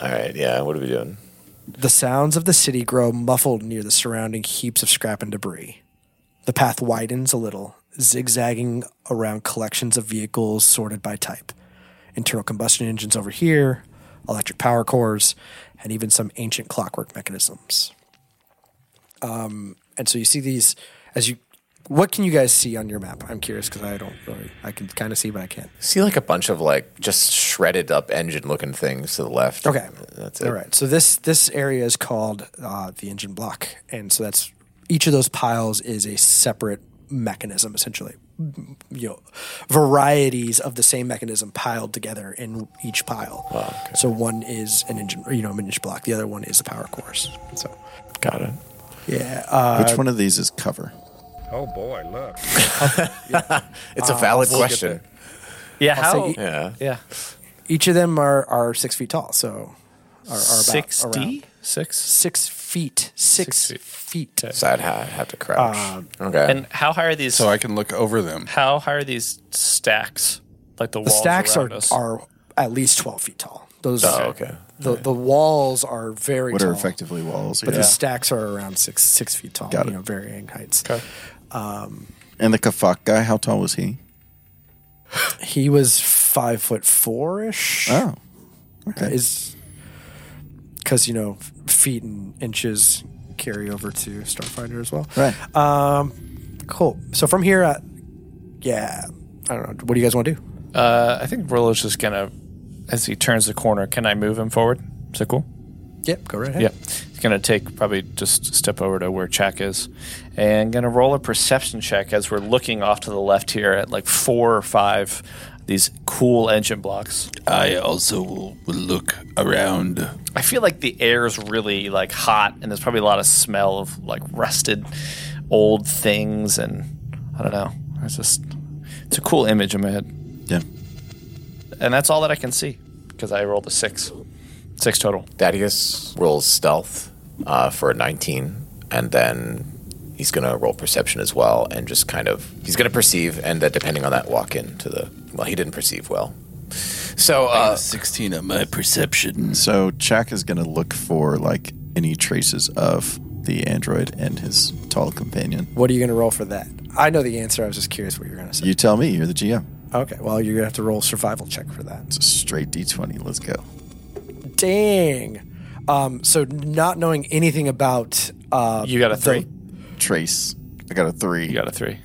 All right, yeah. What are we doing?
The sounds of the city grow muffled near the surrounding heaps of scrap and debris. The path widens a little, zigzagging around collections of vehicles sorted by type. Internal combustion engines over here, electric power cores, and even some ancient clockwork mechanisms. Um, and so you see these as you. What can you guys see on your map? I'm curious because I don't really. I can kind of see, but I can't.
See like a bunch of like just shredded up engine looking things to the left.
Okay,
that's it.
All right. So this this area is called uh, the engine block, and so that's each of those piles is a separate mechanism, essentially. You know, varieties of the same mechanism piled together in each pile. So one is an engine, you know, an engine block. The other one is a power course. So
Got it.
yeah, uh,
Which one of these is cover?
Oh boy, look.
It's
Um,
a valid question.
Yeah,
I'll
how?
say-
Yeah.
Yeah,
each of them are are six feet tall. So are, are about around
sixty six.
six feet, six, feet.
So I'd ha- have to crouch.
Uh,
okay.
And how high are these?
So I can look over them.
how high are these stacks? Like the,
The
walls
stacks
around
are,
us?
are at least 12 feet tall. Those
Oh, okay.
The, the walls are very
What
tall,
are effectively walls?
but
yeah.
the stacks are around six six feet tall.
Got
you
it.
know, varying heights.
and the Kafak guy, how tall was he?
He was five foot four ish.
Oh, okay.
Is because you know feet and inches carry over to Starfinder as well. Um,
right.
Cool. So from here, uh, yeah, I don't know. What do you guys want to do?
Uh, I think Rolo's just gonna, as he turns the corner, can I move him forward? Is that cool?
Yep, go right ahead.
Yeah. He's gonna take probably just a step over to where Chak is, and gonna roll a perception check as we're looking off to the left here at like four or five these cool engine blocks.
I also will, will look around.
I feel like the air is really like hot, and there's probably a lot of smell of like rusted old things, and I don't know. It's just it's a cool image in my head,
Yeah.
and that's all that I can see because I rolled a six, six total.
Thaddeus rolls stealth uh, for a 19, and then he's going to roll perception as well, and just kind of he's going to perceive, and then depending on that, walk into the. Well, he didn't perceive well, so uh,
16 on my perception.
So Chak is going to look for like any traces of the android and his tall companion.
What are you going to roll for that? I know the answer. I was just curious what you're going to say.
You tell me. You're the GM.
okay. Well, you're going to have to roll survival check for that.
It's a straight D20. Let's go.
Dang. Um, so not knowing anything about uh,
You got a
the-
three.
Trace. I got a three.
You got a three.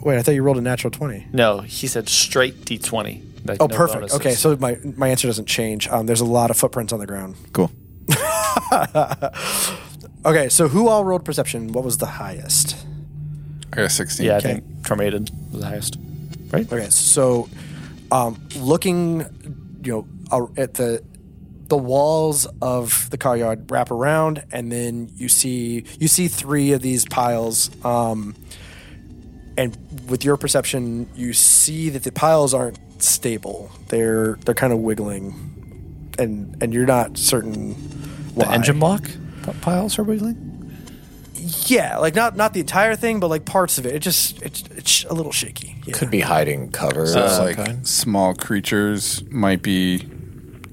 wait, I thought you rolled a natural twenty.
No, he said straight D twenty.
Oh, perfect. Okay, so my my answer doesn't change. Um, there's a lot of footprints on the ground.
Cool.
Okay, so who all rolled perception? What was the highest?
I got 16.
yeah, I
okay.
think Tormated was the highest.
Okay, so um, looking, you know, a- at the the walls of the car yard wrap around, and then you see you see three of these piles. Um, and with your perception, you see that the piles aren't stable. They're they're kind of wiggling, and and you're not certain why.
The engine block p- piles are wiggling.
yeah, like not not the entire thing, but like parts of it. It just it's it's a little shaky. Yeah.
could be hiding cover. of
It's
some
like
kind.
small creatures might be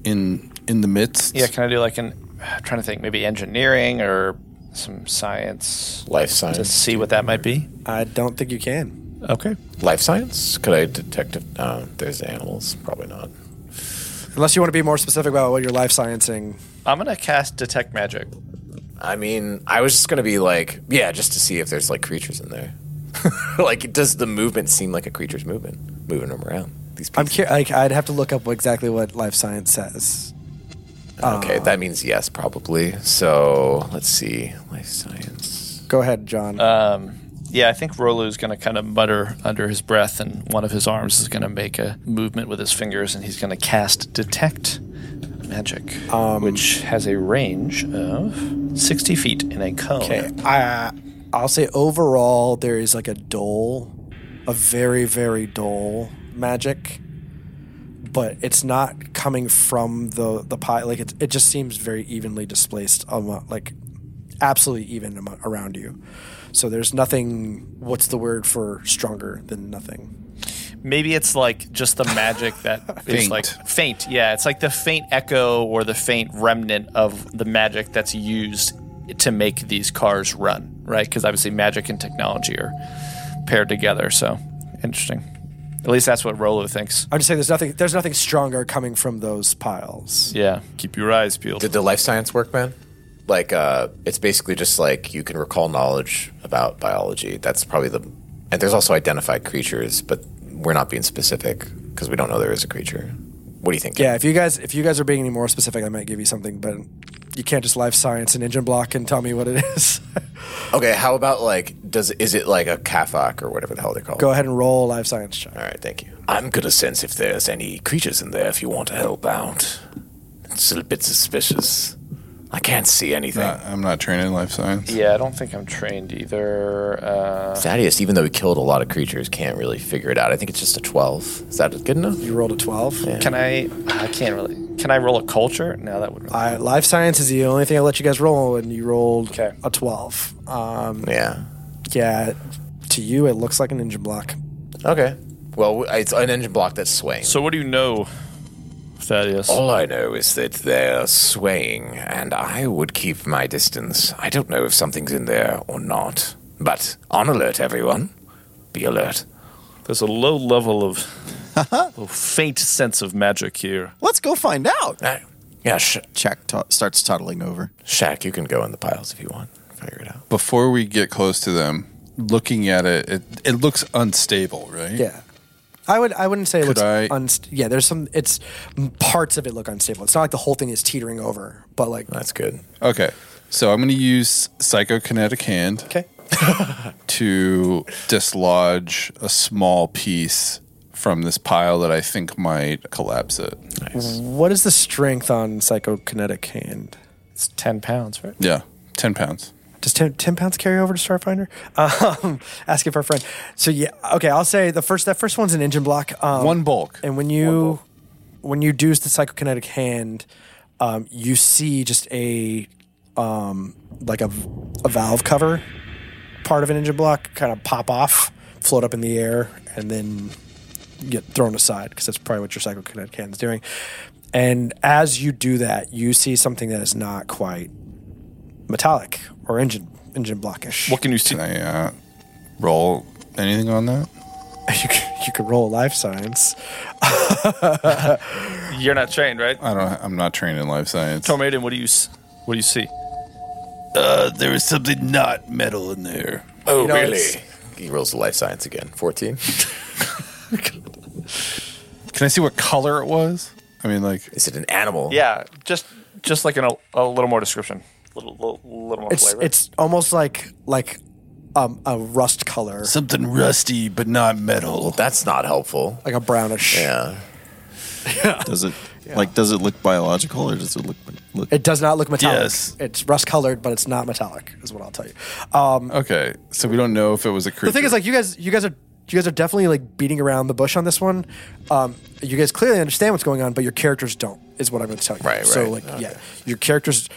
in in the midst?
Yeah, can I do like an? I'm trying to think, maybe engineering or some science
Life
to
science.
see what that might be.
I don't think you can.
Okay.
Life science? Could I detect if uh, there's animals? Probably not.
Unless you want to be more specific about what you're life sciencing.
I'm gonna cast detect magic.
I mean, I was just gonna be like, yeah, just to see if there's like creatures in there. [LAUGHS] like, does the movement seem like a creature's movement, moving them around? These
I'm
pieces.
cur- like I'd have to look up exactly what life science says.
okay, that means yes, probably. So let's see, life science.
Go ahead, John.
Yeah, I think Rolu's going to kind of mutter under his breath, and one of his arms is going to make a movement with his fingers, and he's going to cast Detect Magic, which has a range of 60 feet in a cone.
Okay, Eh, I I'll say overall there is like a dull, a very very dull magic, but it's not coming from the the pie. Like it, it just seems very evenly displaced, amo- like absolutely even amo- around you. So there's nothing. What's the word for stronger than nothing?
Maybe it's like just the magic that is
Faint.
like faint. Yeah, it's like the faint echo or the faint remnant of the magic that's used to make these cars run, right? Because obviously magic and technology are paired together. So interesting. At least that's what Rolo thinks.
I'm just saying there's nothing. There's nothing stronger coming from those piles.
Yeah. Keep your eyes peeled.
Did the life science work, man? Like, uh, it's basically just like you can recall knowledge about biology. That's probably the, and there's also identified creatures, but we're not being specific because we don't know there is a creature. What do you think?
Yeah, if you guys if you guys are being any more specific, I might give you something, but you can't just life science and engine block and tell me what it [LAUGHS] is.
Okay, how about like does is it like a kafak or whatever the hell they call
Go
it?
ahead and roll a life science check.
All right, thank you.
I'm gonna sense if there's any creatures in there if you want to help out. It's a bit suspicious. I can't see anything.
Uh, I'm not trained in life science.
Yeah, I don't think I'm trained either. Uh,
Thaddeus, even though he killed a lot of creatures, can't really figure it out. I think it's just a twelve. Is that good enough?
You rolled a twelve.
can I? I can't really. Can I roll a culture? No, that would. Really,
I, life science is the only thing I let you guys roll, and you rolled
Okay.
a twelve. Um,
Yeah.
yeah, to you it looks like an engine block.
Okay. Well, w- it's an engine block that's swaying.
so what do you know, Thaddeus?
All I know is that they're swaying, and I would keep my distance. I don't know if something's in there or not. But on alert, everyone. Be alert.
There's a low level
[LAUGHS]
of,
Uh-huh.
of faint sense of magic here.
Let's go find out.
Ah, yeah, sh-
Jack to- starts toddling over.
Shaq, you can go in the piles if you want. Figure it out.
Before we get close to them, looking at it, it, it looks unstable, right?
Yeah, I would I wouldn't say it
Could
looks
I-
unst- yeah. There's some it's parts of it look unstable. It's not like the whole thing is teetering over, but like
That's good.
Okay. So I'm going to use psychokinetic hand
okay,
to dislodge a small piece from this pile that I think might collapse it.
what is the strength on psychokinetic hand?
It's ten pounds, right?
Yeah. 10 pounds.
Does 10, 10 pounds carry over to Starfinder? [LAUGHS] Um, asking for a friend. So yeah, okay. I'll say the first that first one's an engine block. Um,
One bulk.
And when you when you do the psychokinetic hand, um, you see just a um, like a, a valve cover part of an engine block kind of pop off, float up in the air, and then get thrown aside because that's probably what your psychokinetic hand is doing. And as you do that, you see something that is not quite metallic or engine engine blockish.
What can you
[LAUGHS]
see?
Can I uh, roll anything on that?
[LAUGHS] You could, you could roll life science.
You're not trained, right?
I don't. I'm not trained in life science.
Tormaiden, what do you? s- What do you see?
Uh, there is something not metal in there.
Oh,
know,
really?
it's-
He rolls the life science again. 14.
Can I see what color it was? I mean, like
Is it an animal?
Yeah, just just like in a, a little more description, little little, little more
It's
flavor.
it's almost like like um, a rust color,
something rusty but not metal.
That's not helpful.
like a brownish.
Yeah.
Does [LAUGHS] it like does it look biological or does it look look
It does not look metallic.
Yes.
It's rust colored, but it's not metallic. Is what I'll tell you. Um,
Okay, so we don't know if it was a creature.
the thing is, like you guys, you guys are you guys are definitely like beating around the bush on this one. Um, you guys clearly understand what's going on, but your characters don't. Is what I'm going to tell you.
Right,
So
right.
like, yeah, your characters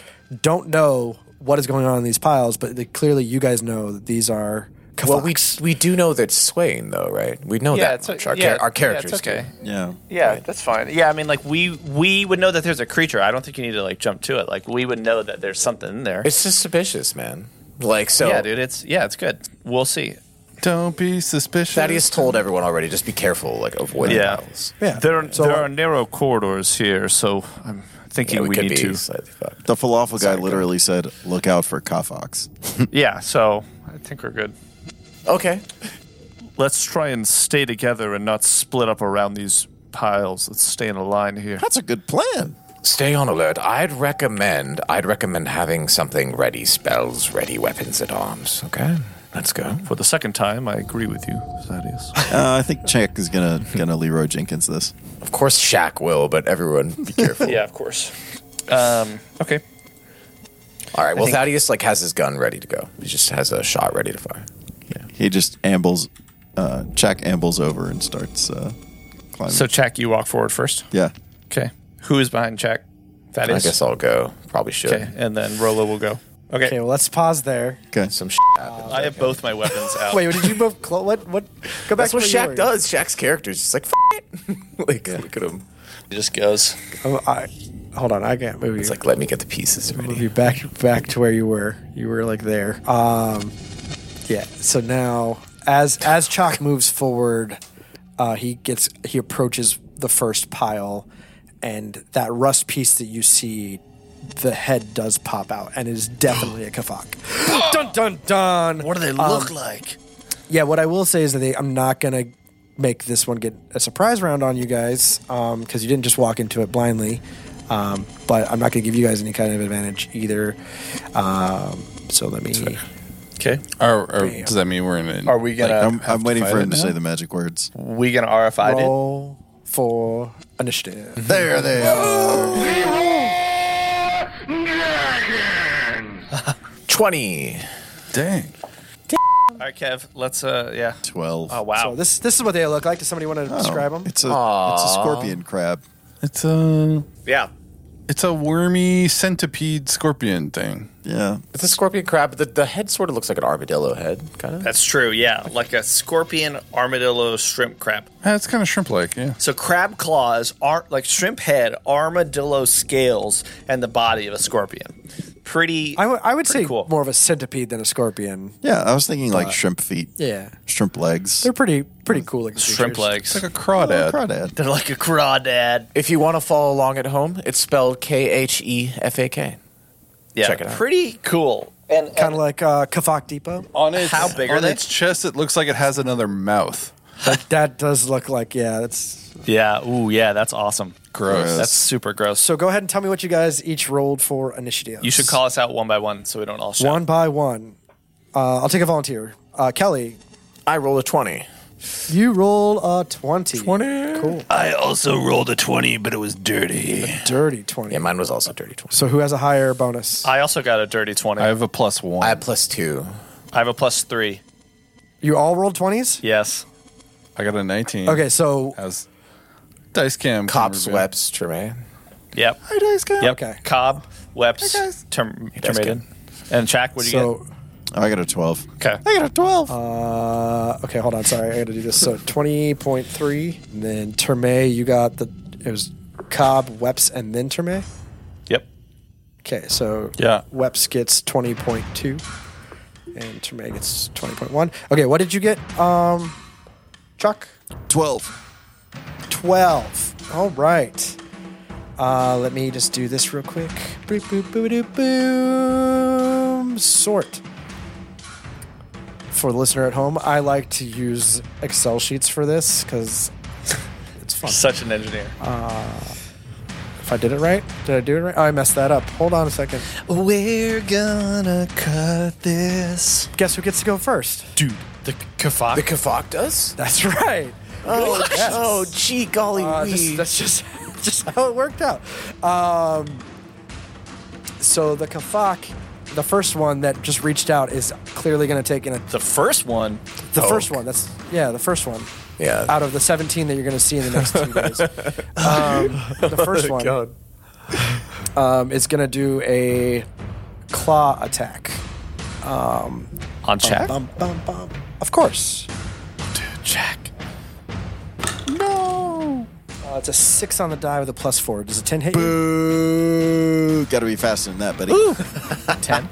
don't know what is going on in these piles, but they, clearly you guys know that these are
Well, we we do know that Swain though, right? We know that much. our, char- our characters
yeah, it's okay.
do.
Yeah.
Yeah, that's fine. Yeah, I mean, like we we would know that there's a creature. I don't think you need to like jump to it. Like we would know that there's something in there.
It's just suspicious, man. Like so,
yeah, dude. It's yeah, it's good. We'll see.
Don't be suspicious.
Thaddeus told everyone already. Just be careful. Like avoid
Yeah.
the battles.
Yeah. so,
narrow corridors here, so I'm thinking
Yeah, we, could be slightly fucked.
The falafel guy literally said, "Look out for Kafox."
Yeah, so I think we're good.
Okay.
Let's try and stay together and not split up around these piles. Let's stay in a line here.
That's a good plan.
Stay on alert. I'd recommend. I'd recommend having something ready: spells, ready weapons at arms. Okay, let's go.
For the second time, I agree with you, Thaddeus.
Uh, I think Chuck is gonna gonna Leroy Jenkins this.
Of course, Shaq will, but everyone [LAUGHS] be careful.
[LAUGHS] yeah, of course. Um, okay.
All right. Well, Thaddeus like has his gun ready to go. He just has a shot ready to fire.
He just ambles. Uh, Chuck ambles over and starts uh, climbing.
So, Jack, you walk forward first.
yeah,
Okay. Who is behind Jack?
I
Thaddeus.
guess I'll go. Probably should.
Okay, and then Rolo will go. Okay.
okay, well, let's pause there.
okay.
Some sh- happens.
I have both my weapons [LAUGHS] out.
Wait, did you both? Clo- what? What? Go back.
That's what
to
Shaq
yours.
does. Shaq's character is just like, F- it. [LAUGHS] like look at him.
it just goes.
Oh, I, hold on, I can't move you.
It's like, let me get the pieces
move
ready.
you back, back to where you were. You were like there. Um, yeah. So now, as as Chalk moves forward, uh, he gets he approaches the first pile, and that rust piece that you see, the head does pop out, and is definitely a
[GASPS]
kafak. dun dun dun. Um,
What do they look like?
Yeah, what I will say is that they, I'm not gonna make this one get a surprise round on you guys because you didn't just walk into it blindly. Um, but I'm not gonna give you guys any kind of advantage either. Um, so let me.
Okay.
Are, are, does that mean we're in? A,
Are we gonna-
like,
I'm,
have
I'm waiting
fight
for
it
him to
now?
say the magic words.
We gonna RFI it?
Roll for initiative.
Mm-hmm.
There they are.
Twenty.
Dang.
All right, Kev. Let's. Uh, yeah.
Twelve.
Oh wow.
So this this is what they look like. Does somebody want to
Oh,
describe them?
It's a it's a scorpion crab.
It's a
yeah.
it's a wormy centipede scorpion thing.
Yeah,
It's a scorpion crab. The, the head sort of looks like an armadillo head, kind of.
That's true. Yeah, like a scorpion, armadillo, shrimp crab.
Yeah, it's kind of shrimp like. Yeah.
So crab claws are like shrimp head, armadillo scales, and the body of a scorpion. Pretty.
I, w- I would
pretty
say
cool.
more of a centipede than a scorpion.
yeah. I was thinking like shrimp feet,
Yeah,
shrimp legs,
they're pretty pretty cool looking.
shrimp
creatures.
legs.
It's like a crawdad.
crawdad.
They're like a crawdad.
If you want to follow along at home, it's spelled K H E F A K.
Yeah,
Check it out.
pretty cool. And, and
Kind of like uh, Kafak Depot.
On its
How big are
on
they?
its chest, it looks like it has another mouth.
That, that does look like yeah. That's
yeah, ooh, yeah, that's awesome.
Gross.
That's super gross.
So go ahead and tell me what you guys each rolled for initiative.
You should call us out one by one so we don't all shout.
one by one. Uh, I'll take a volunteer. Uh, Kelly,
I roll a twenty.
you roll a twenty. Cool.
I also rolled a 20, but it was dirty.
Dirty twenty.
Yeah, mine was also dirty twenty.
so who has a higher bonus?
I also got a dirty twenty.
I have a plus one.
I have plus two.
I have a plus three.
you all rolled twenties.
Yes.
I got a nineteen.
Okay, so
As dice cam.
Cop
camera
sweeps Tremaine.
Yep. Yep.
Okay.
Cobb, Weps, Term- Termaiden. And Jack, what do you
so
Oh, I got a twelve.
get? Okay.
I got a twelve.
uh, okay. Hold on. Sorry, I got to do this. So twenty point three, and then Terme. You got the it was Cobb, Weps, and then Terme.
Yep.
Okay, so
Yeah.
Weps gets twenty point two, and Terme gets twenty point one. Okay, what did you get, um, Chuck?
twelve.
12. All right. Uh, let me just do this real quick. Boop, boop, boop, doop, boom. Sort. For the listener at home, I like to use Excel sheets for this because it's fun.
Such an engineer.
If I did it right, did I do it right? Oh, I messed that up. Hold on a second.
We're gonna cut this.
Guess who gets to go first?
Dude, the Kafak.
The Kafak does.
That's [LAUGHS] right.
Oh,
yes.
oh, gee, golly,
Uh,
wee.
this- that's just [LAUGHS] just how it worked out. Um, so the Kafak, the first one that just reached out, is clearly going to take in a,
the first one.
the
Oh,
first
okay.
one. That's yeah, the first one.
Yeah.
Out of the 17 that you're going to see in the next
[LAUGHS]
two days, um, the
Oh
first one um, is going to do a claw attack.
On Jack?
Bum, bum, bum. Of course.
Jack.
Uh, it's a six on the die with a plus four. Does a ten hit you?
Boo! Got to be faster than that, buddy. [LAUGHS]
Ten.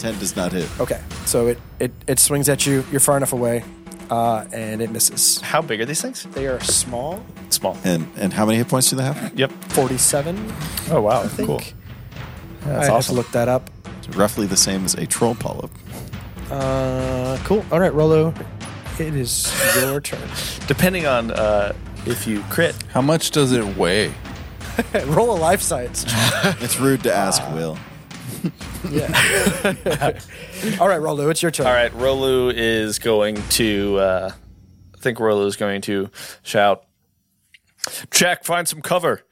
Ten does not hit.
Okay, so it, it it swings at you. You're far enough away, uh, and it misses.
How big are these things?
They are small.
Small.
And and how many hit points do they have?
Yep.
Forty-seven.
Oh wow.
think.
Cool.
That's I
awesome.
have to look that up.
It's roughly the same as a troll polyp.
Uh, cool. All right, Rolo, it is
[LAUGHS]
your turn. [LAUGHS]
Depending on uh, if you crit,
How much does it weigh?
Roll a life science.
It's rude to ask, Will.
Yeah. All right, Rolo, it's your turn.
All right, Rolu is going to. Uh, I think Rolu is going to shout, "Jack, find some cover!"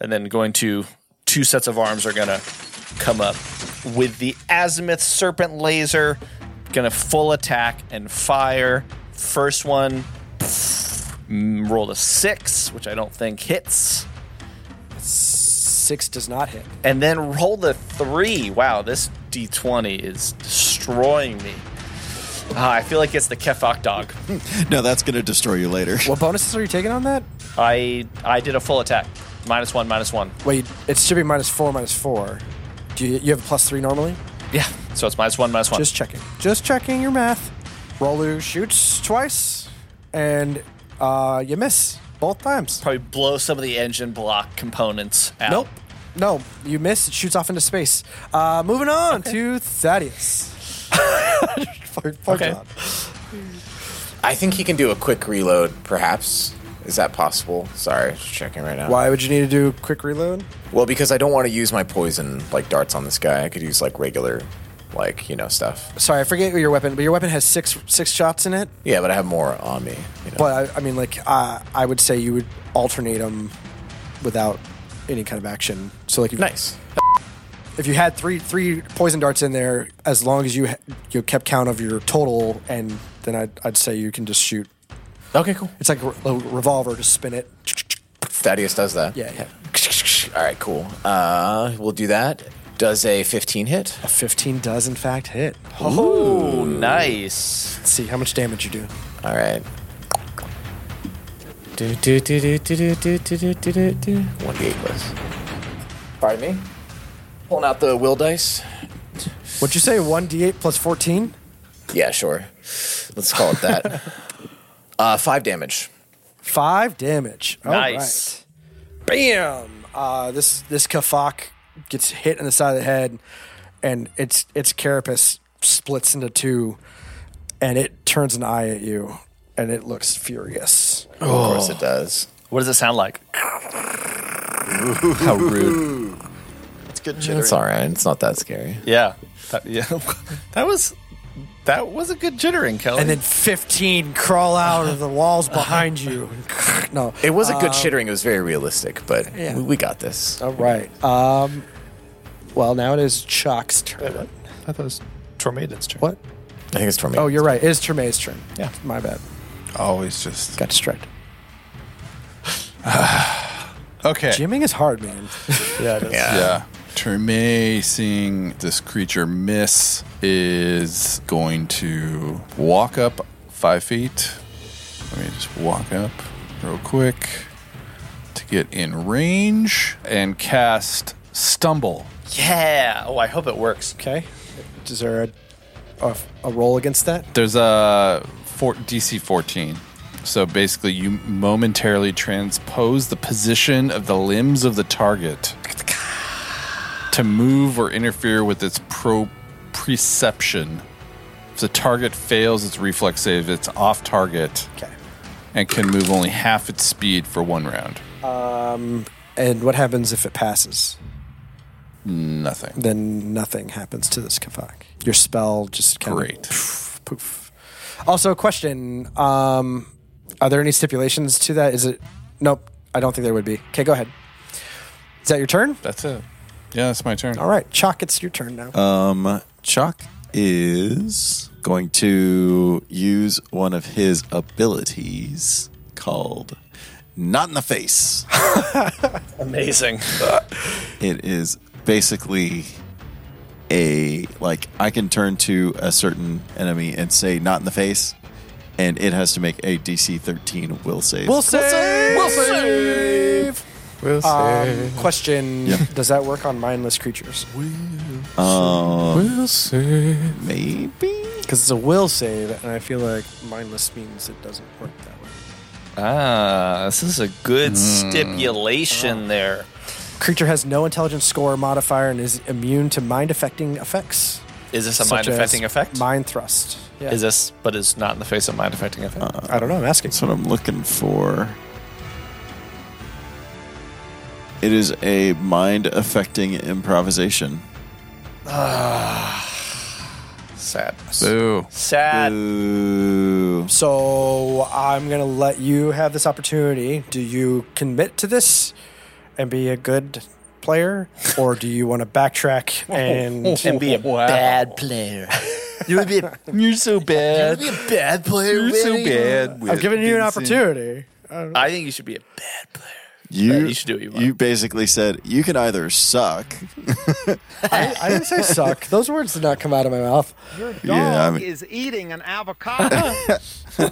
And then going to two sets of arms are going to come up with the azimuth serpent laser, going to full attack and fire. First one mm, rolled a six, which I don't think hits,
Six does not hit.
and then rolled a three. Wow, this d20 is destroying me. Ah, I feel like it's the Kefok dog.
No, that's gonna destroy you later.
What bonuses are you taking on that?
I I did a full attack. Minus one, minus one.
Wait, it should be minus four, minus four. Do you, you have a plus three normally?
Yeah. So it's minus one, minus one.
Just checking. Just checking your math. Rolu shoots twice, and uh, you miss both times.
probably blow some of the engine block components out.
Nope. No, you miss. It shoots off into space. Uh, moving on to Thaddeus. Fuck- fuck
Okay.
on.
I think he can do a quick reload, perhaps. Is that possible? Sorry, just checking right now.
Why would you need to do a quick reload?
Well, because I don't want to use my poison like darts on this guy. I could use like regular, like you know stuff.
Sorry, I forget your weapon, but your weapon has six six shots in it.
Yeah, but I have more on me. You know?
But I, I mean, like, uh, I would say you would alternate them without any kind of action. So, like, if,
nice.
if you had three three poison darts in there, as long as you ha- you kept count of your total, and then I'd, I'd say you can just shoot.
Okay, cool.
It's like a, re- a revolver, just spin it.
Thaddeus does that.
Yeah, yeah.
All right, cool. Uh, we'll do that. Does a 15 hit?
A 15 does, in fact, hit.
Oh, nice.
Let's see how much damage you do.
All right. Do, do, do, do, do, do, do, do, do, do, do, do. 1d8 plus. Pardon me? Pulling out the will dice.
What'd you say? 1d8 plus 14?
Yeah, sure. Let's call it that. uh, five damage.
Five damage. All right.
nice.
bam! Uh, this this kafak gets hit in the side of the head, and its its carapace splits into two, and it turns an eye at you, and it looks furious.
Of course it does.
What does it sound like?
How rude.
It's good
It's all right. It's not that scary.
Yeah. That, yeah. that was that was a good jittering, Kelly.
And then fifteen crawl out of the
[LAUGHS]
walls behind you. [LAUGHS] no,
It was a good shittering. It was very realistic, but
yeah.
we, we got this.
all right. Um, well, now it is Chalk's turn.
I thought it was Tormaidon's turn.
What?
I think it's Torment.
Oh, you're right. It is Tremaine's turn.
Yeah.
my bad.
Always just.
Got distracted.
[SIGHS] Okay.
Jimming is hard, man.
Yeah. It is.
Yeah.
Yeah. Treme seeing this creature miss is going to walk up five feet. Let me just walk up real quick to get in range and cast Stumble.
Yeah. Oh, I hope it works.
Okay. Is there a, a, a roll against that?
There's a four, DC 14. So basically, you momentarily transpose the position of the limbs of the target to move or interfere with its proprioception. If the target fails its reflex save, it's off target
Okay.
and can move only half its speed for one round.
And what happens if it passes?
Nothing.
Then nothing happens to this Kafak. Your spell just kind
Great.
of poof, poof. Also, question: um, Are there any stipulations to that? Is it? Nope. I don't think there would be. Okay, go ahead. Is that your turn?
That's it. Yeah, that's my turn.
All right, Chalk. It's your turn now.
Um, Chuck is going to use one of his abilities called Not in the Face. [LAUGHS]
Amazing.
it is basically a like I can turn to a certain enemy and say not in the face, and it has to make a DC 13 will save.
We'll save. We'll save.
We'll
Um, question:
Yeah.
Does that work on mindless creatures?
Um,
We'll see.
maybe.
Because it's a will save, and I feel like mindless means it doesn't work that way.
Ah, this is a good stipulation there.
Creature has no intelligence score modifier and is immune to mind affecting effects.
Is this a
such
mind
as
affecting effect?
Mind thrust. Yeah.
Is this, but is not in the face of mind affecting effect?
I don't know. I'm asking.
That's what I'm looking for. It is a mind affecting improvisation.
Sad.
Boo.
Sad.
Ooh.
So I'm gonna let you have this opportunity. Do you commit to this and be a good player, or do you want to
[LAUGHS]
backtrack
Oh,
and
And be a bad player. You would be. You're so bad.
Be a bad player.
You're so bad.
I'm giving you an opportunity.
I think you should be a bad player.
You,
you should do what you want.
You basically said you can either suck.
I, I didn't say suck. Those words did not come out of my mouth.
yeah, I mean,
is eating an avocado.
[LAUGHS] I mean,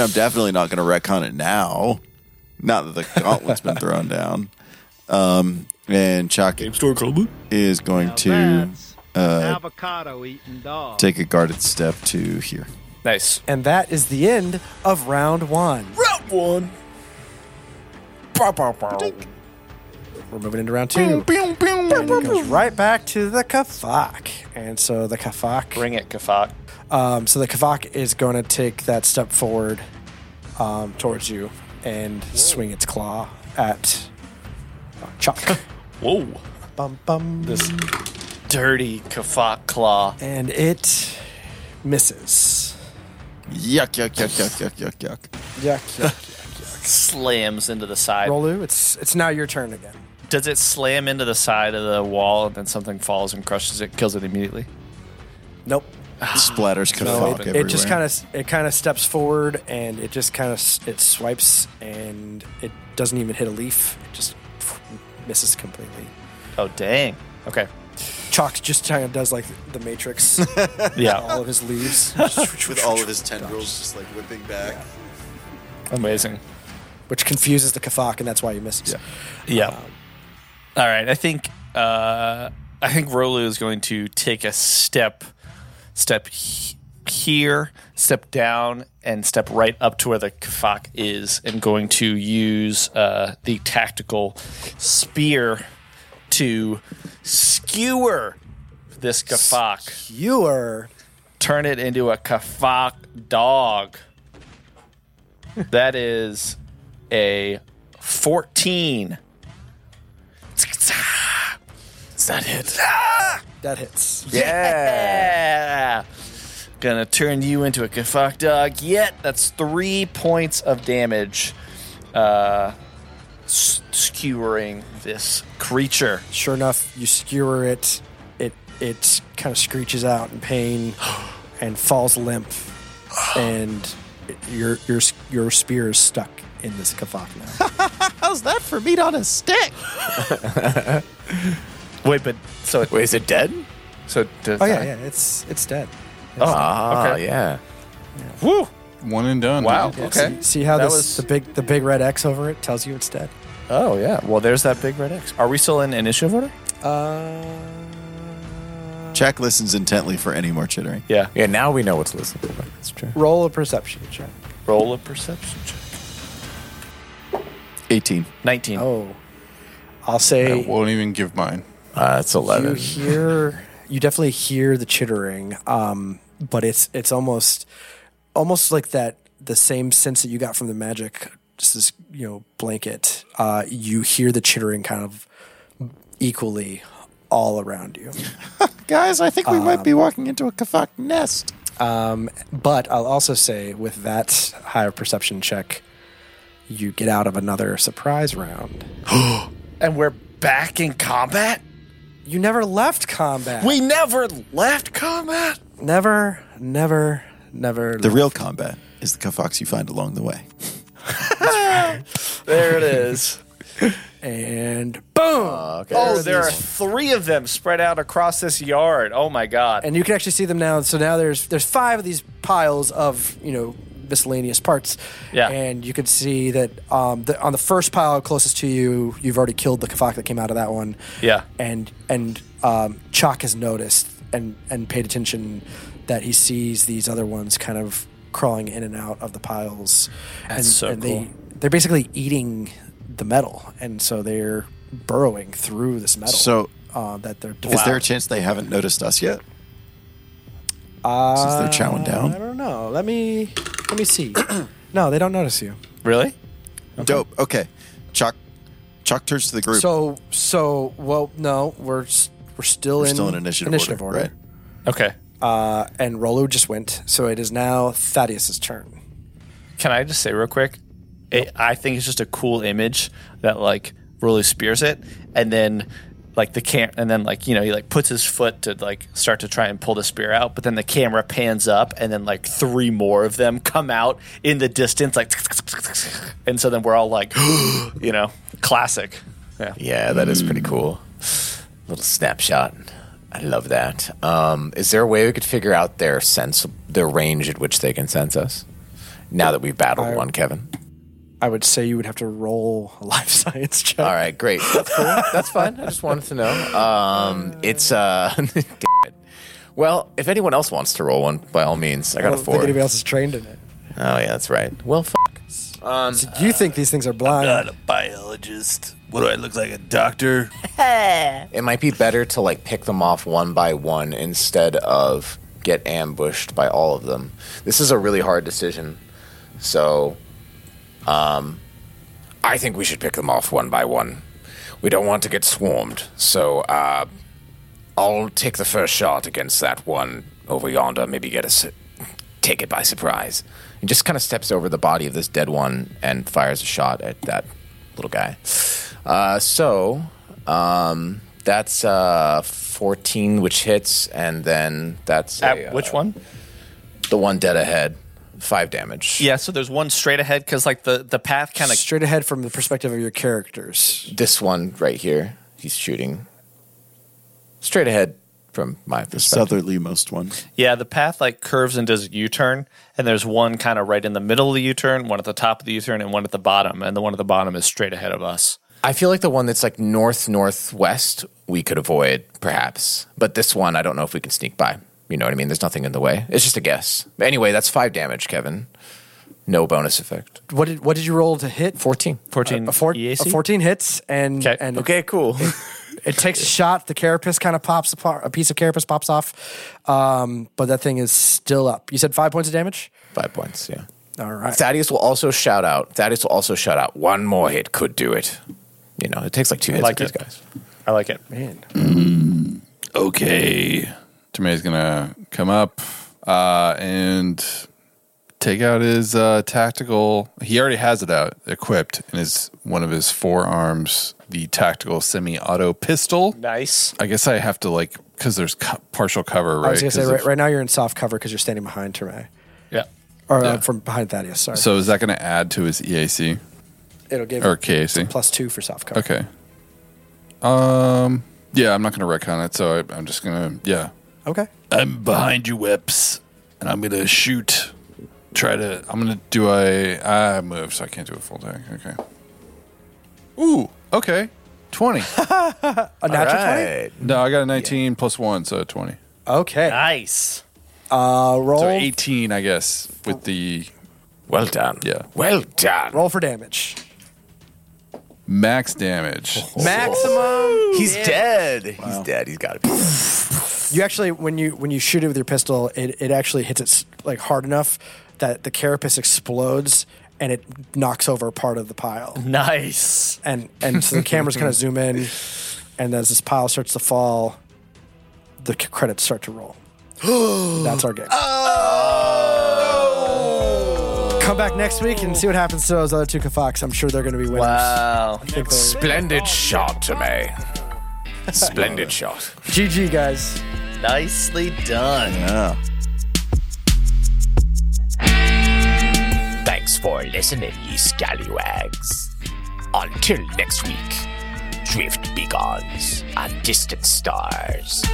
I'm definitely not going to retcon it now. Not that the gauntlet's been
[LAUGHS]
thrown down. Um, and Chuck is going to
avocado eating dog.
take a guarded step to here.
Nice.
And that is the end of round one.
Round one.
We're moving into round two. And it goes right back to the Kafak. And so the Kafak.
Bring it, Kafak.
Um, so the Kavak is going to take that step forward um, towards you and swing its claw at uh, Chuck.
Whoa.
[LAUGHS] bum, bum.
This dirty Kafak claw.
And it misses.
Yuck, yuck, yuck, yuck, yuck, yuck, yuck.
Yuck, yuck.
slams into the side.
Rolu, it's, it's now your turn again.
Does it slam into the side of the wall and then something falls and crushes it, kills it immediately?
Nope.
Splatters can
No,
fuck
Oh, it,
everywhere.
it just kind of it kind of steps forward and it just kind of it swipes and it doesn't even hit a leaf. It just misses completely.
Oh, dang. Okay.
Chalk just kind of does like the
[LAUGHS]
Matrix, [LAUGHS]
Yeah.
all of his leaves.
with all of his tendrils just like whipping back.
Amazing.
which confuses the Kafak, and that's why he misses.
Yeah. Um, All right. I think uh, I think Rolu is going to take a step, step he- here, step down, and step right up to where the Kafak is, and going to use uh, the tactical spear to skewer this Kafak,
You are
turn it into a Kafak dog. That is a fourteen.
It's not it.
that hits.
Yeah. Gonna turn you into a kafak dog yet. That's three points of damage. Uh s- skewering this creature.
Sure enough, you skewer it. It it kind of screeches out in
[GASPS]
pain and falls limp, and it- your your your spear is stuck in this Kafak
[LAUGHS]
now.
How's that for meat on a stick?
Wait, but so it
Wait, is it dead?
so it does
oh yeah,
die.
yeah, it's it's dead.
Ah,
Okay.
yeah.
Woo!
One and done.
Wow.
huh?
okay.
See, see how
That
this
was-
the big the big red X over it tells you it's dead.
Oh yeah. Well there's that big red X. Are we still in initiative order?
Uh,
Jack listens intently for any more chittering.
Yeah.
Yeah, now we know what's listening. That's true.
roll a perception check.
Roll a perception check.
18.
Nineteen.
Oh, I'll
I
say
won't even give mine.
Uh, it's
you
11.
hear you definitely hear the chittering um but it's it's almost almost like that the same sense that you got from the magic just this you know blanket uh you hear the chittering kind of equally all around you
Guys, I think we might be walking into a kafak nest.
but i'll also say with that higher perception check you get out of another surprise round
[GASPS] And we're back in combat?
you never left combat
We never left combat.
never never never
The real combat is the kafaks you find along the way.
There it is.
and boom.
Oh, there are three of them spread out across this yard. Oh my god.
and you can actually see them now. So now there's there's five of these piles of you know miscellaneous parts.
Yeah.
And you can see that um, the, on the first pile closest to you, you've already killed the kafak that came out of that one.
Yeah.
And and um, Chalk has noticed and and paid attention that he sees these other ones kind of crawling in and out of the piles. That's and,
so
and
cool.
They, they're basically eating the metal, and so they're burrowing through this metal.
So-
uh, that they're
Is there a chance they haven't noticed us yet? Since they're chowing down.
I don't know. Let me let me see. [CLEARS THROAT] no, they don't notice you.
really?
Dope. Okay. Chuck Chuck turns to the group.
So so well no, we're s- we're still
We're
in
still in initiative, order,
Okay.
Uh, and Rolo just went, so it is now Thaddeus's turn.
Can I just say real quick? It, I think it's just a cool image that like really spears it, and then like the cam, and then like you know he like puts his foot to like start to try and pull the spear out, but then the camera pans up, and then like three more of them come out in the distance, like, [LAUGHS] and so then we're all like, [GASPS] you know, classic. Yeah.
Yeah, that is pretty cool. Little snapshot. I love that. Um, is there a way we could figure out their sense, their range at which they can sense us? Now that we've battled one, Kevin.
I would say you would have to roll a life [LAUGHS] science check.
All right, great. That's cool. That's fine. I just wanted to know. Um, it's uh, [LAUGHS] damn it. Well, if anyone else wants to roll one, by all means, I
I
got a
don't think
four.
anybody else is trained in it.
Oh yeah, that's right. Well, f-
So you think these things are blind?
Not a biologist. What do I look like, a doctor?
it might be better to like pick them off one by one instead of get ambushed by all of them. This is a really hard decision. So, um, I think we should pick them off one by one. We don't want to get swarmed. So, uh, I'll take the first shot against that one over yonder. Maybe get us take it by surprise. He just kind of steps over the body of this dead one and fires a shot at that little guy. Uh, so um, that's uh, 14, which hits, and then that's
At
a, uh,
which one?
the one dead ahead. Five damage.
Yeah. So there's one straight ahead because like the the path kind of
Straight ahead from the perspective of your characters.
This one right here, he's shooting straight ahead from my
The
perspective.
southerlymost one.
Yeah, the path like curves and does a U turn, and there's one kind of right in the middle of the U turn, one at the top of the U turn, and one at the bottom, and the one at the bottom is straight ahead of us.
I feel like the one that's like north northwest we could avoid, perhaps. But this one, I don't know if we can sneak by. You know what I mean? There's nothing in the way. It's just a guess. But Anyway, that's five damage, Kevin. No bonus effect.
What did what did you roll to hit?
14.
14
Uh, a, four, E a
EAC?
14 hits and
E Okay.
and
Okay, cool.
It takes a shot. The carapace kind of pops apart. A piece of carapace pops off, um, but that thing is still up. You said five points of damage.
[LAUGHS] five points, yeah.
All right.
Thaddeus will also shout out. Thaddeus will also shout out. One more hit could do it. You know, it takes like two hits
like
with
it.
these guys.
I like it.
Man.
Okay. Tomei's gonna come up uh, and take out his uh, tactical. He already has it out, equipped in his one of his forearms, the tactical semi-auto pistol.
Nice.
I guess I have to like because there's co- partial cover, right?
I was gonna say
'Cause
right,
of-
right now you're in soft cover because you're standing behind Terme
Yeah.
or uh, from behind Thaddeus. Sorry,
So is that gonna add to his EAC
it'll give
or KAC?
plus two for soft cover.
Okay. Um. Yeah, I'm not gonna retcon it, so I, I'm just gonna yeah.
Okay.
I'm behind you, Weps.
and I'm gonna shoot. Try to. I'm gonna do a. I move, so I can't do a full attack. Okay. Ooh. Okay. Twenty.
A natural twenty.
no, I got a 19 plus one, so 20.
Okay.
Nice.
Uh, roll.
So 18, I guess, with the
Well done.
Yeah.
Well done.
Roll for damage.
max damage.
Maximum. He's dead. He's dead. He's got to be. dead.
You actually, when you when you shoot it with your pistol, it, it actually hits it s- like hard enough that the carapace explodes and it knocks over part of the pile.
Nice.
and and so the cameras
[LAUGHS]
kind of zoom in, and as this pile starts to fall, the c- credits start to
[GASPS]
roll. That's our game.
Oh!
Come back next week and see what happens to those other two Kafox. I'm sure they're going to be winners.
Wow.
I think they're-
Splendid shot to [LAUGHS] me. Splendid shot.
GG, guys.
Nicely done.
Yeah.
Thanks for listening, ye scallywags. Until next week, swift beacons, and distant stars.